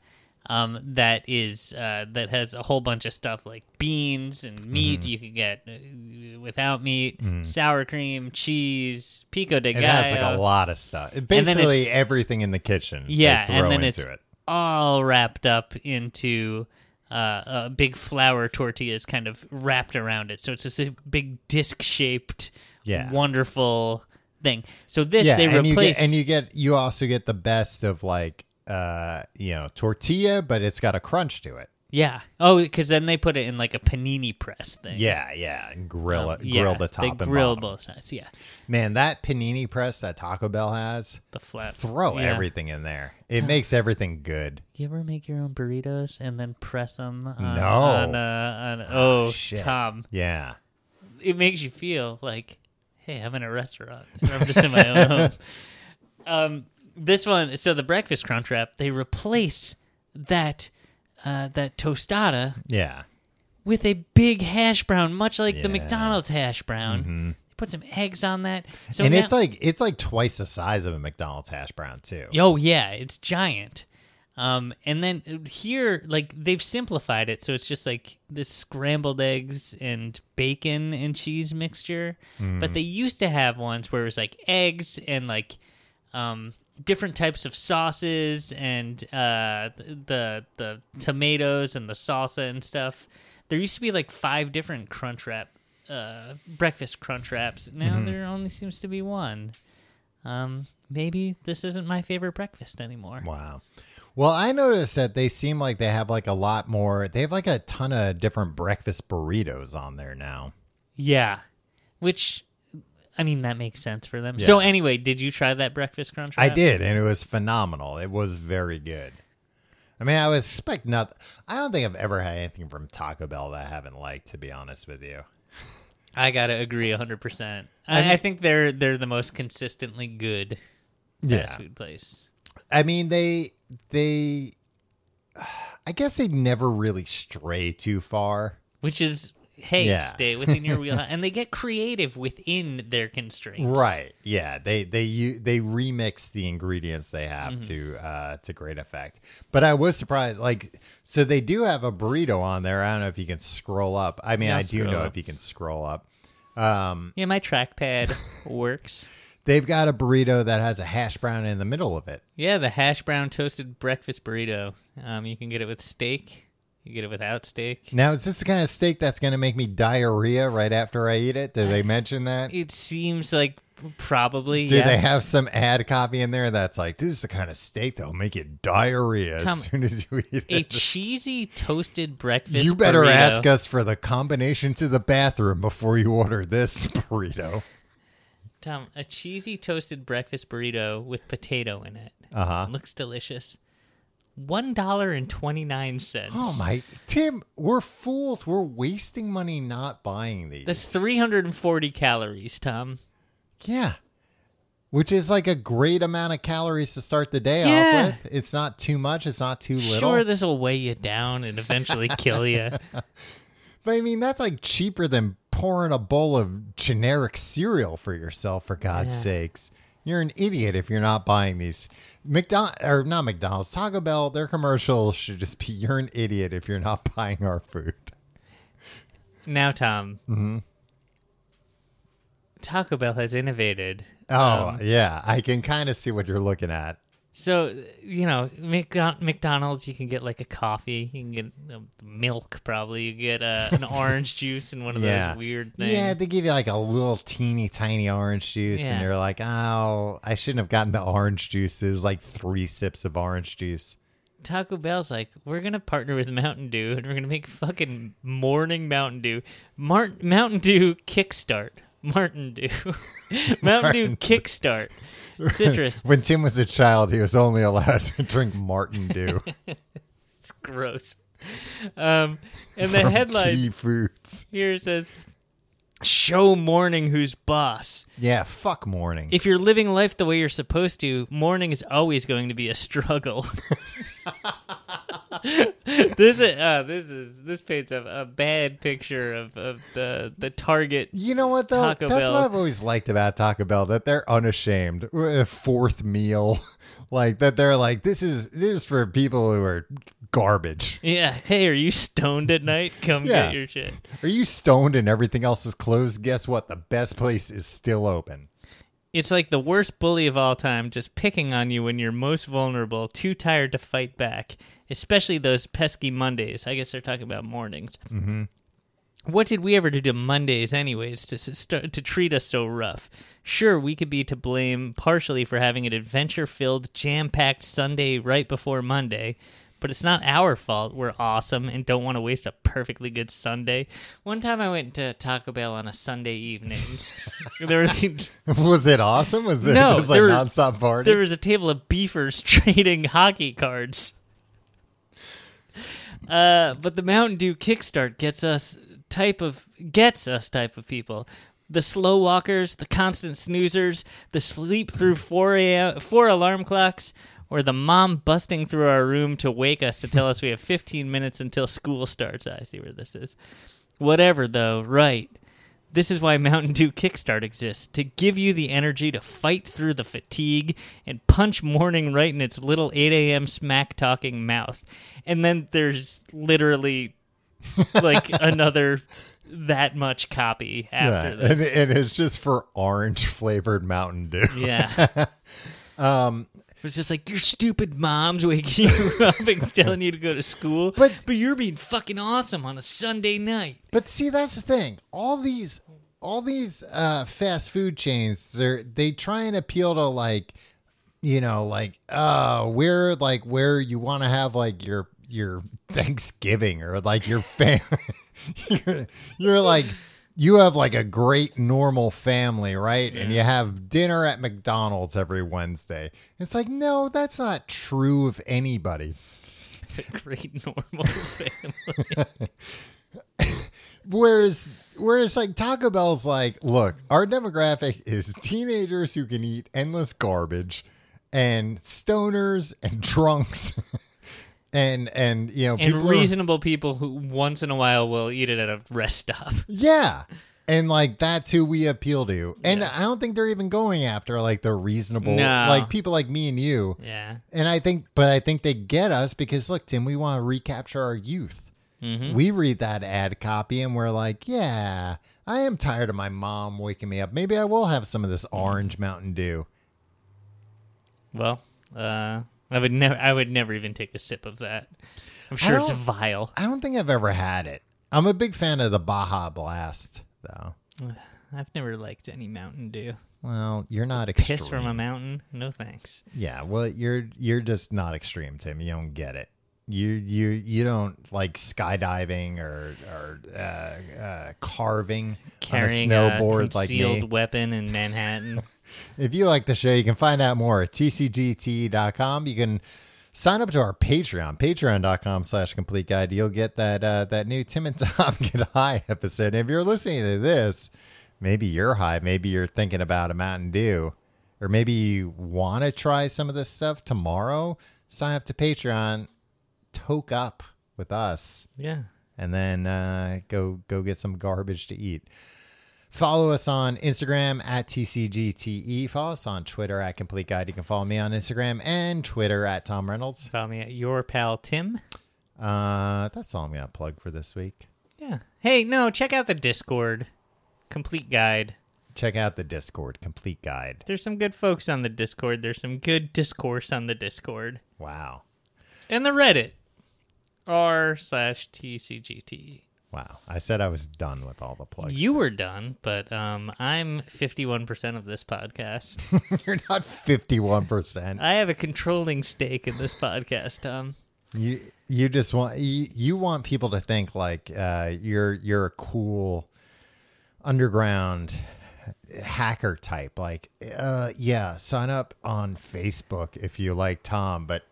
S5: Um, that is uh, that has a whole bunch of stuff like beans and
S4: Mm-hmm.
S5: meat. You can get uh, without meat, sour cream, cheese, pico de
S4: Mm. It
S5: gallo.
S4: has like a lot of stuff. It-
S5: then
S4: Basically,
S5: it's-
S4: everything in the kitchen. they
S5: Yeah,
S4: throw
S5: and then
S4: into
S5: it's
S4: it.
S5: all wrapped up into uh, a big flour tortilla is kind of wrapped around it. So it's just a big disc shaped,
S4: Yeah.
S5: wonderful thing. So this
S4: yeah,
S5: they
S4: and
S5: replace
S4: you get, and you get you also get the best of like uh you know tortilla, but it's got a crunch to it.
S5: yeah. Oh, because then they put it in like a panini press thing. Um,
S4: Yeah, yeah, and grill it,
S5: Yeah,
S4: grill the top
S5: They
S4: and
S5: grill
S4: bottom.
S5: both sides. Yeah,
S4: Man, that panini press that Taco Bell has,
S5: the flat.
S4: throw
S5: yeah.
S4: everything in there. It makes everything good.
S5: You ever make your own burritos and then press them? On,
S4: No. Ah,
S5: On, uh, on, oh,
S4: Shit.
S5: Tom,
S4: Yeah.
S5: it makes you feel like, hey, I'm in a restaurant. Or I'm just in my own home. Um, this one, so the breakfast crunch wrap, they replace that uh, that tostada
S4: Yeah.
S5: with a big hash brown, much like the
S4: Yeah. Mm-hmm.
S5: McDonald's hash brown. They put some eggs on that. So
S4: and
S5: now-
S4: it's like it's like twice the size of a McDonald's hash brown too.
S5: Oh yeah, it's giant. Um, and then here, like they've simplified it, so it's just like this scrambled eggs and bacon and cheese mixture. But they used to have ones where it was like eggs and like um, different types of sauces and uh, the the tomatoes and the salsa and stuff. There used to be like five different crunch wrap, uh, breakfast crunch wraps. Now there only seems to be one um, maybe this isn't my favorite breakfast anymore.
S4: Wow. Well, I noticed that they seem like they have like a lot more. They have like a ton of different breakfast burritos on there now.
S5: Yeah. Which, I mean, that makes sense for them. So, anyway, did you try that breakfast crunch?
S4: I
S5: wrap?
S4: did, and it was phenomenal. It was very good. I mean, I would expect not. I don't think I've ever had anything from Taco Bell that I haven't liked. To be honest with you,
S5: I gotta agree, hundred percent. I, I think they're they're the most consistently good fast
S4: Yeah.
S5: food place.
S4: I mean they they. I guess they never really stray too far.
S5: Which is, hey,
S4: Yeah.
S5: stay within your wheelhouse, and they get creative within their constraints.
S4: Right. Yeah. They they u- they remix the ingredients they have to uh to great effect. But I was surprised. Like, so they do have a burrito on there. I don't know if you can scroll up. I mean,
S5: Yeah,
S4: I do
S5: scroll
S4: know
S5: up.
S4: if you can scroll up.
S5: Yeah, my trackpad works.
S4: They've got a burrito that has a hash brown in the middle of it.
S5: Yeah, the hash brown toasted breakfast burrito. Um, you can get it with steak. You get it without steak.
S4: Now, is this the kind of steak that's going to make me diarrhea right after I eat it? Did they mention that?
S5: It seems like probably.
S4: Do they
S5: yes.
S4: have some ad copy in there that's like, this is the kind of steak that'll make you diarrhea
S5: Tom,
S4: as soon as you eat
S5: a
S4: it?
S5: cheesy toasted breakfast?
S4: You better
S5: burrito.
S4: ask us for the combination to the bathroom before you order this burrito.
S5: Tom. A cheesy toasted breakfast burrito with potato in it.
S4: Uh huh.
S5: Looks delicious. One dollar and twenty nine cents.
S4: Oh, my. Tim, we're fools. We're wasting money not buying these.
S5: That's three hundred and forty calories, Tom.
S4: Yeah. Which is like a great amount of calories to start the day
S5: Yeah.
S4: off with. It's not too much, it's not too little.
S5: Sure, this will weigh you down and eventually kill you.
S4: but I mean, that's like cheaper than pouring a bowl of generic cereal for yourself for God's sakes. You're an idiot if you're not buying these. McDonald or not McDonald's, Taco Bell, their commercials should just be you're an idiot if you're not buying our food.
S5: Now, Tom.
S4: Mm-hmm.
S5: Taco Bell has innovated.
S4: Oh,
S5: Um,
S4: yeah. I can kind of see what you're looking at.
S5: So, you know, McDon- McDonald's, you can get like a coffee, you can get um, milk, probably. You get uh, an orange juice and one of
S4: yeah.
S5: those weird things.
S4: Yeah, they give you like a little teeny tiny orange juice,
S5: Yeah.
S4: and you're like, oh, I shouldn't have gotten the orange juice. There's like three sips of orange juice.
S5: Taco Bell's like, we're gonna partner with Mountain Dew and we're gonna make fucking morning Mountain Dew, Mart- Mountain Dew kickstart, Martin Dew, Mountain Dew
S4: Martin.
S5: kickstart, citrus.
S4: When Tim was a child, he was only allowed to drink Martin Dew
S5: It's gross. Um, and the
S4: from
S5: headline
S4: key foods.
S5: here says, "Show morning who's boss."
S4: Yeah, fuck morning.
S5: If you're living life the way you're supposed to, morning is always going to be a struggle. this is uh, this is this paints a, a bad picture of, of the the target.
S4: You know what though?
S5: Taco
S4: That's
S5: Bell.
S4: what I've always liked about Taco Bell that they're unashamed. Uh, Fourth meal, like that they're like this is this is for people who are garbage.
S5: Yeah. Hey, are you stoned at night? Come
S4: Yeah.
S5: get your shit.
S4: Are you stoned and everything else is closed? Guess what? The best place is still open.
S5: It's like the worst bully of all time, just picking on you when you're most vulnerable, too tired to fight back, especially those pesky Mondays. I guess they're talking about mornings. Mm-hmm. What did we ever do to Mondays, anyways, to, s- start, to treat us so rough? Sure, we could be to blame partially for having an adventure filled, jam packed Sunday right before Monday. But it's not our fault. We're awesome and don't want to waste a perfectly good Sunday. One time I went to Taco Bell on a Sunday evening. there were
S4: was it awesome? Was it
S5: No,
S4: just like
S5: there-
S4: nonstop party?
S5: there was a table of beefers trading hockey cards. Uh, but the Mountain Dew kickstart gets us type of gets us type of people. The slow walkers, the constant snoozers, the sleep through four a.m. four alarm clocks, or the mom busting through our room to wake us to tell us we have fifteen minutes until school starts. I see where this is. Whatever though, right. This is why Mountain Dew Kickstart exists to give you the energy to fight through the fatigue and punch morning right in its little 8 a.m. smack talking mouth. And then there's literally like another that much copy
S4: yeah,
S5: after
S4: and,
S5: this.
S4: and it's just for orange flavored Mountain Dew.
S5: Yeah. um, it's just like your stupid mom's waking you up and telling you to go to school, but, but you're being fucking awesome on a Sunday night.
S4: But see, that's the thing. All these, all these uh, fast food chains, they're they try and appeal to like, you know, like uh, where like where you want to have like your your Thanksgiving or like your family. you're, you're like you have like a great normal family, right? And you have dinner at McDonald's every Wednesday. It's like no, that's not true of anybody.
S5: Great normal family.
S4: Whereas, whereas like Taco Bell's like, look, our demographic is teenagers who can eat endless garbage, and stoners and drunks, and and you know
S5: and
S4: people who-
S5: reasonable people who once in a while will eat it at a rest stop.
S4: yeah, and like that's who we appeal to, and I don't think they're even going after like the reasonable,
S5: No.
S4: like people like me and you,
S5: Yeah.
S4: and I think, but I think they get us because look, Tim, we want to recapture our youth.
S5: Mm-hmm.
S4: We read that ad copy and we're like, yeah, I am tired of my mom waking me up. Maybe I will have some of this
S5: Mm-hmm.
S4: orange Mountain Dew.
S5: Well, uh, I would never. I would never even take a sip of that. I'm
S4: I
S5: sure it's
S4: don't-
S5: vile.
S4: I don't think I've ever had it. I'm a big fan of the Baja Blast, though.
S5: I've never liked any Mountain Dew.
S4: Well, you're not extreme.
S5: Piss from a mountain? No thanks.
S4: yeah, well, you're you're just not extreme, Tim. You don't get it. You you you don't like skydiving or or uh, uh, carving
S5: Carrying
S4: on
S5: a
S4: a snowboard like
S5: concealed
S4: me.
S5: weapon in Manhattan.
S4: If you like the show, you can find out more at tcgt.com. You can sign up to our Patreon, patreon.com slash complete guide. You'll get that uh, that new Tim and Tom Get High episode. And if you're listening to this, maybe you're high. Maybe you're thinking about a Mountain Dew. Or maybe you want to try some of this stuff tomorrow. Sign up to Patreon, toke up with us
S5: yeah.
S4: and then uh, go go get some garbage to eat. Follow us on Instagram at TCGTE. E. Follow us on Twitter at Complete Guide. You can follow me on Instagram and Twitter at Tom Reynolds.
S5: Follow me at your pal Tim.
S4: Uh, that's all I'm going to plug for this week.
S5: Yeah. Hey, no, check out the Discord. Complete guide.
S4: Check out the Discord complete guide.
S5: There's some good folks on the Discord. There's some good discourse on the Discord.
S4: Wow.
S5: And the Reddit. R slash TCGT.
S4: Wow. I said I was done with all the plugs.
S5: You were done, but um, I'm 51% of this podcast.
S4: You're not 51%.
S5: I have a controlling stake in this podcast, um, Tom.
S4: You you just want you, you want people to think like uh, you're you're a cool underground hacker type. Like, uh, yeah, sign up on Facebook if you like Tom, but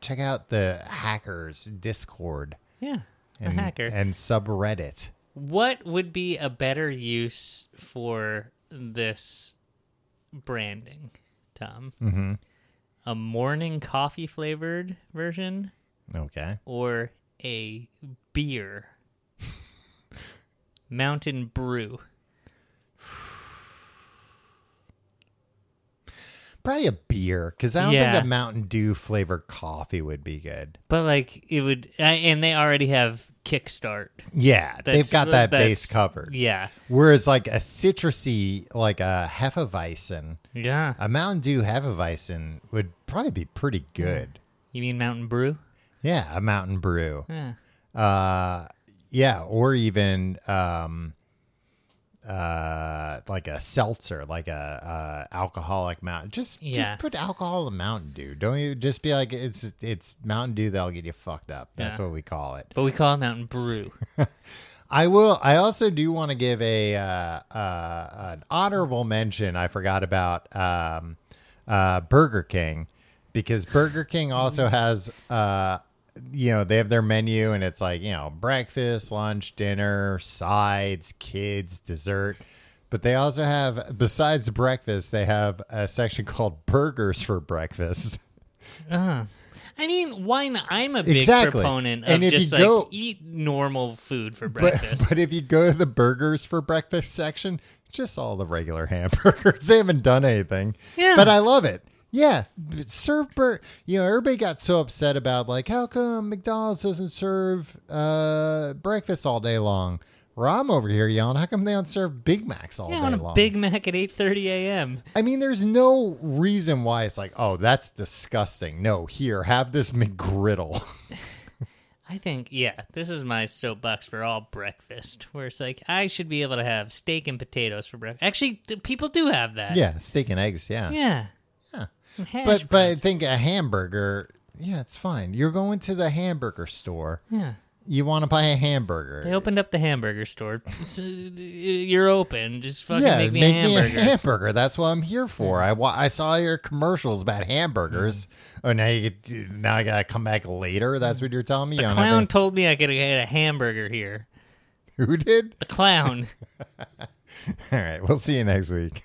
S4: check out the hackers Discord
S5: Yeah, a
S4: and,
S5: hacker.
S4: and subreddit.
S5: what would be a better use for this branding, Tom? Mm-hmm. A morning coffee flavored version
S4: Okay.
S5: or a beer? Mountain Brew.
S4: Probably a beer because I don't
S5: Yeah.
S4: think a Mountain Dew flavored coffee would be good.
S5: But like it would, I- and they already have Kickstart.
S4: Yeah, they've
S5: That's-
S4: got that base
S5: that's-
S4: covered.
S5: Yeah,
S4: Whereas like a citrusy, like a hefeweizen,
S5: yeah.
S4: a Mountain Dew hefeweizen would probably be pretty good.
S5: You mean Mountain Brew?
S4: Yeah, a Mountain Brew.
S5: Yeah.
S4: Uh, yeah, or even um, uh, like a seltzer, like a, uh alcoholic Mountain. Just
S5: Yeah.
S4: just put alcohol in Mountain Dew. Don't you just be like it's it's Mountain Dew that'll get you fucked up. That's
S5: Yeah.
S4: what we call it.
S5: But we call it Mountain Brew.
S4: I will. I also do want to give a uh, uh, an honorable mention. I forgot about um, uh, Burger King because Burger King also has uh, you know they have their menu and it's like you know breakfast, lunch, dinner, sides, kids, dessert. But they also have besides breakfast, they have a section called burgers for breakfast.
S5: I mean, why not? I'm a big
S4: Exactly.
S5: proponent of
S4: And if you
S5: just like
S4: go-
S5: eat normal food for
S4: But,
S5: breakfast.
S4: but if you go to the burgers for breakfast section, just all the regular hamburgers. they haven't done anything.
S5: Yeah.
S4: But I love it. Yeah. but Serve bur you know, everybody got so upset about like how come McDonald's doesn't serve uh breakfast all day long? Where I'm over here yelling, how come they don't serve Big Macs all
S5: yeah, I
S4: day
S5: want a
S4: long?
S5: Big Mac at 8:30 a.m.
S4: I mean, there's no reason why it's like, oh, that's disgusting. No, here, have this McGriddle.
S5: I think, yeah, this is my soapbox for all breakfast, where it's like I should be able to have steak and potatoes for breakfast. Actually, th- people do have that.
S4: yeah, steak and eggs, yeah.
S5: yeah,
S4: Yeah.
S5: And hash
S4: but but I
S5: browns.
S4: think a hamburger, yeah, it's fine. You're going to the hamburger store.
S5: yeah,
S4: You want to buy a hamburger.
S5: they opened up the hamburger store. It's, uh, you're open, just fucking
S4: yeah,
S5: make me a hamburger.
S4: hamburger. That's what I'm here for. I wa- I saw your commercials about hamburgers.
S5: Mm-hmm.
S4: Oh, now you get, now I gotta come back later. That's what you're telling me.
S5: the
S4: You don't have
S5: clown told me I could get a hamburger here.
S4: any- who did?
S5: The clown.
S4: All right, we'll see you next week.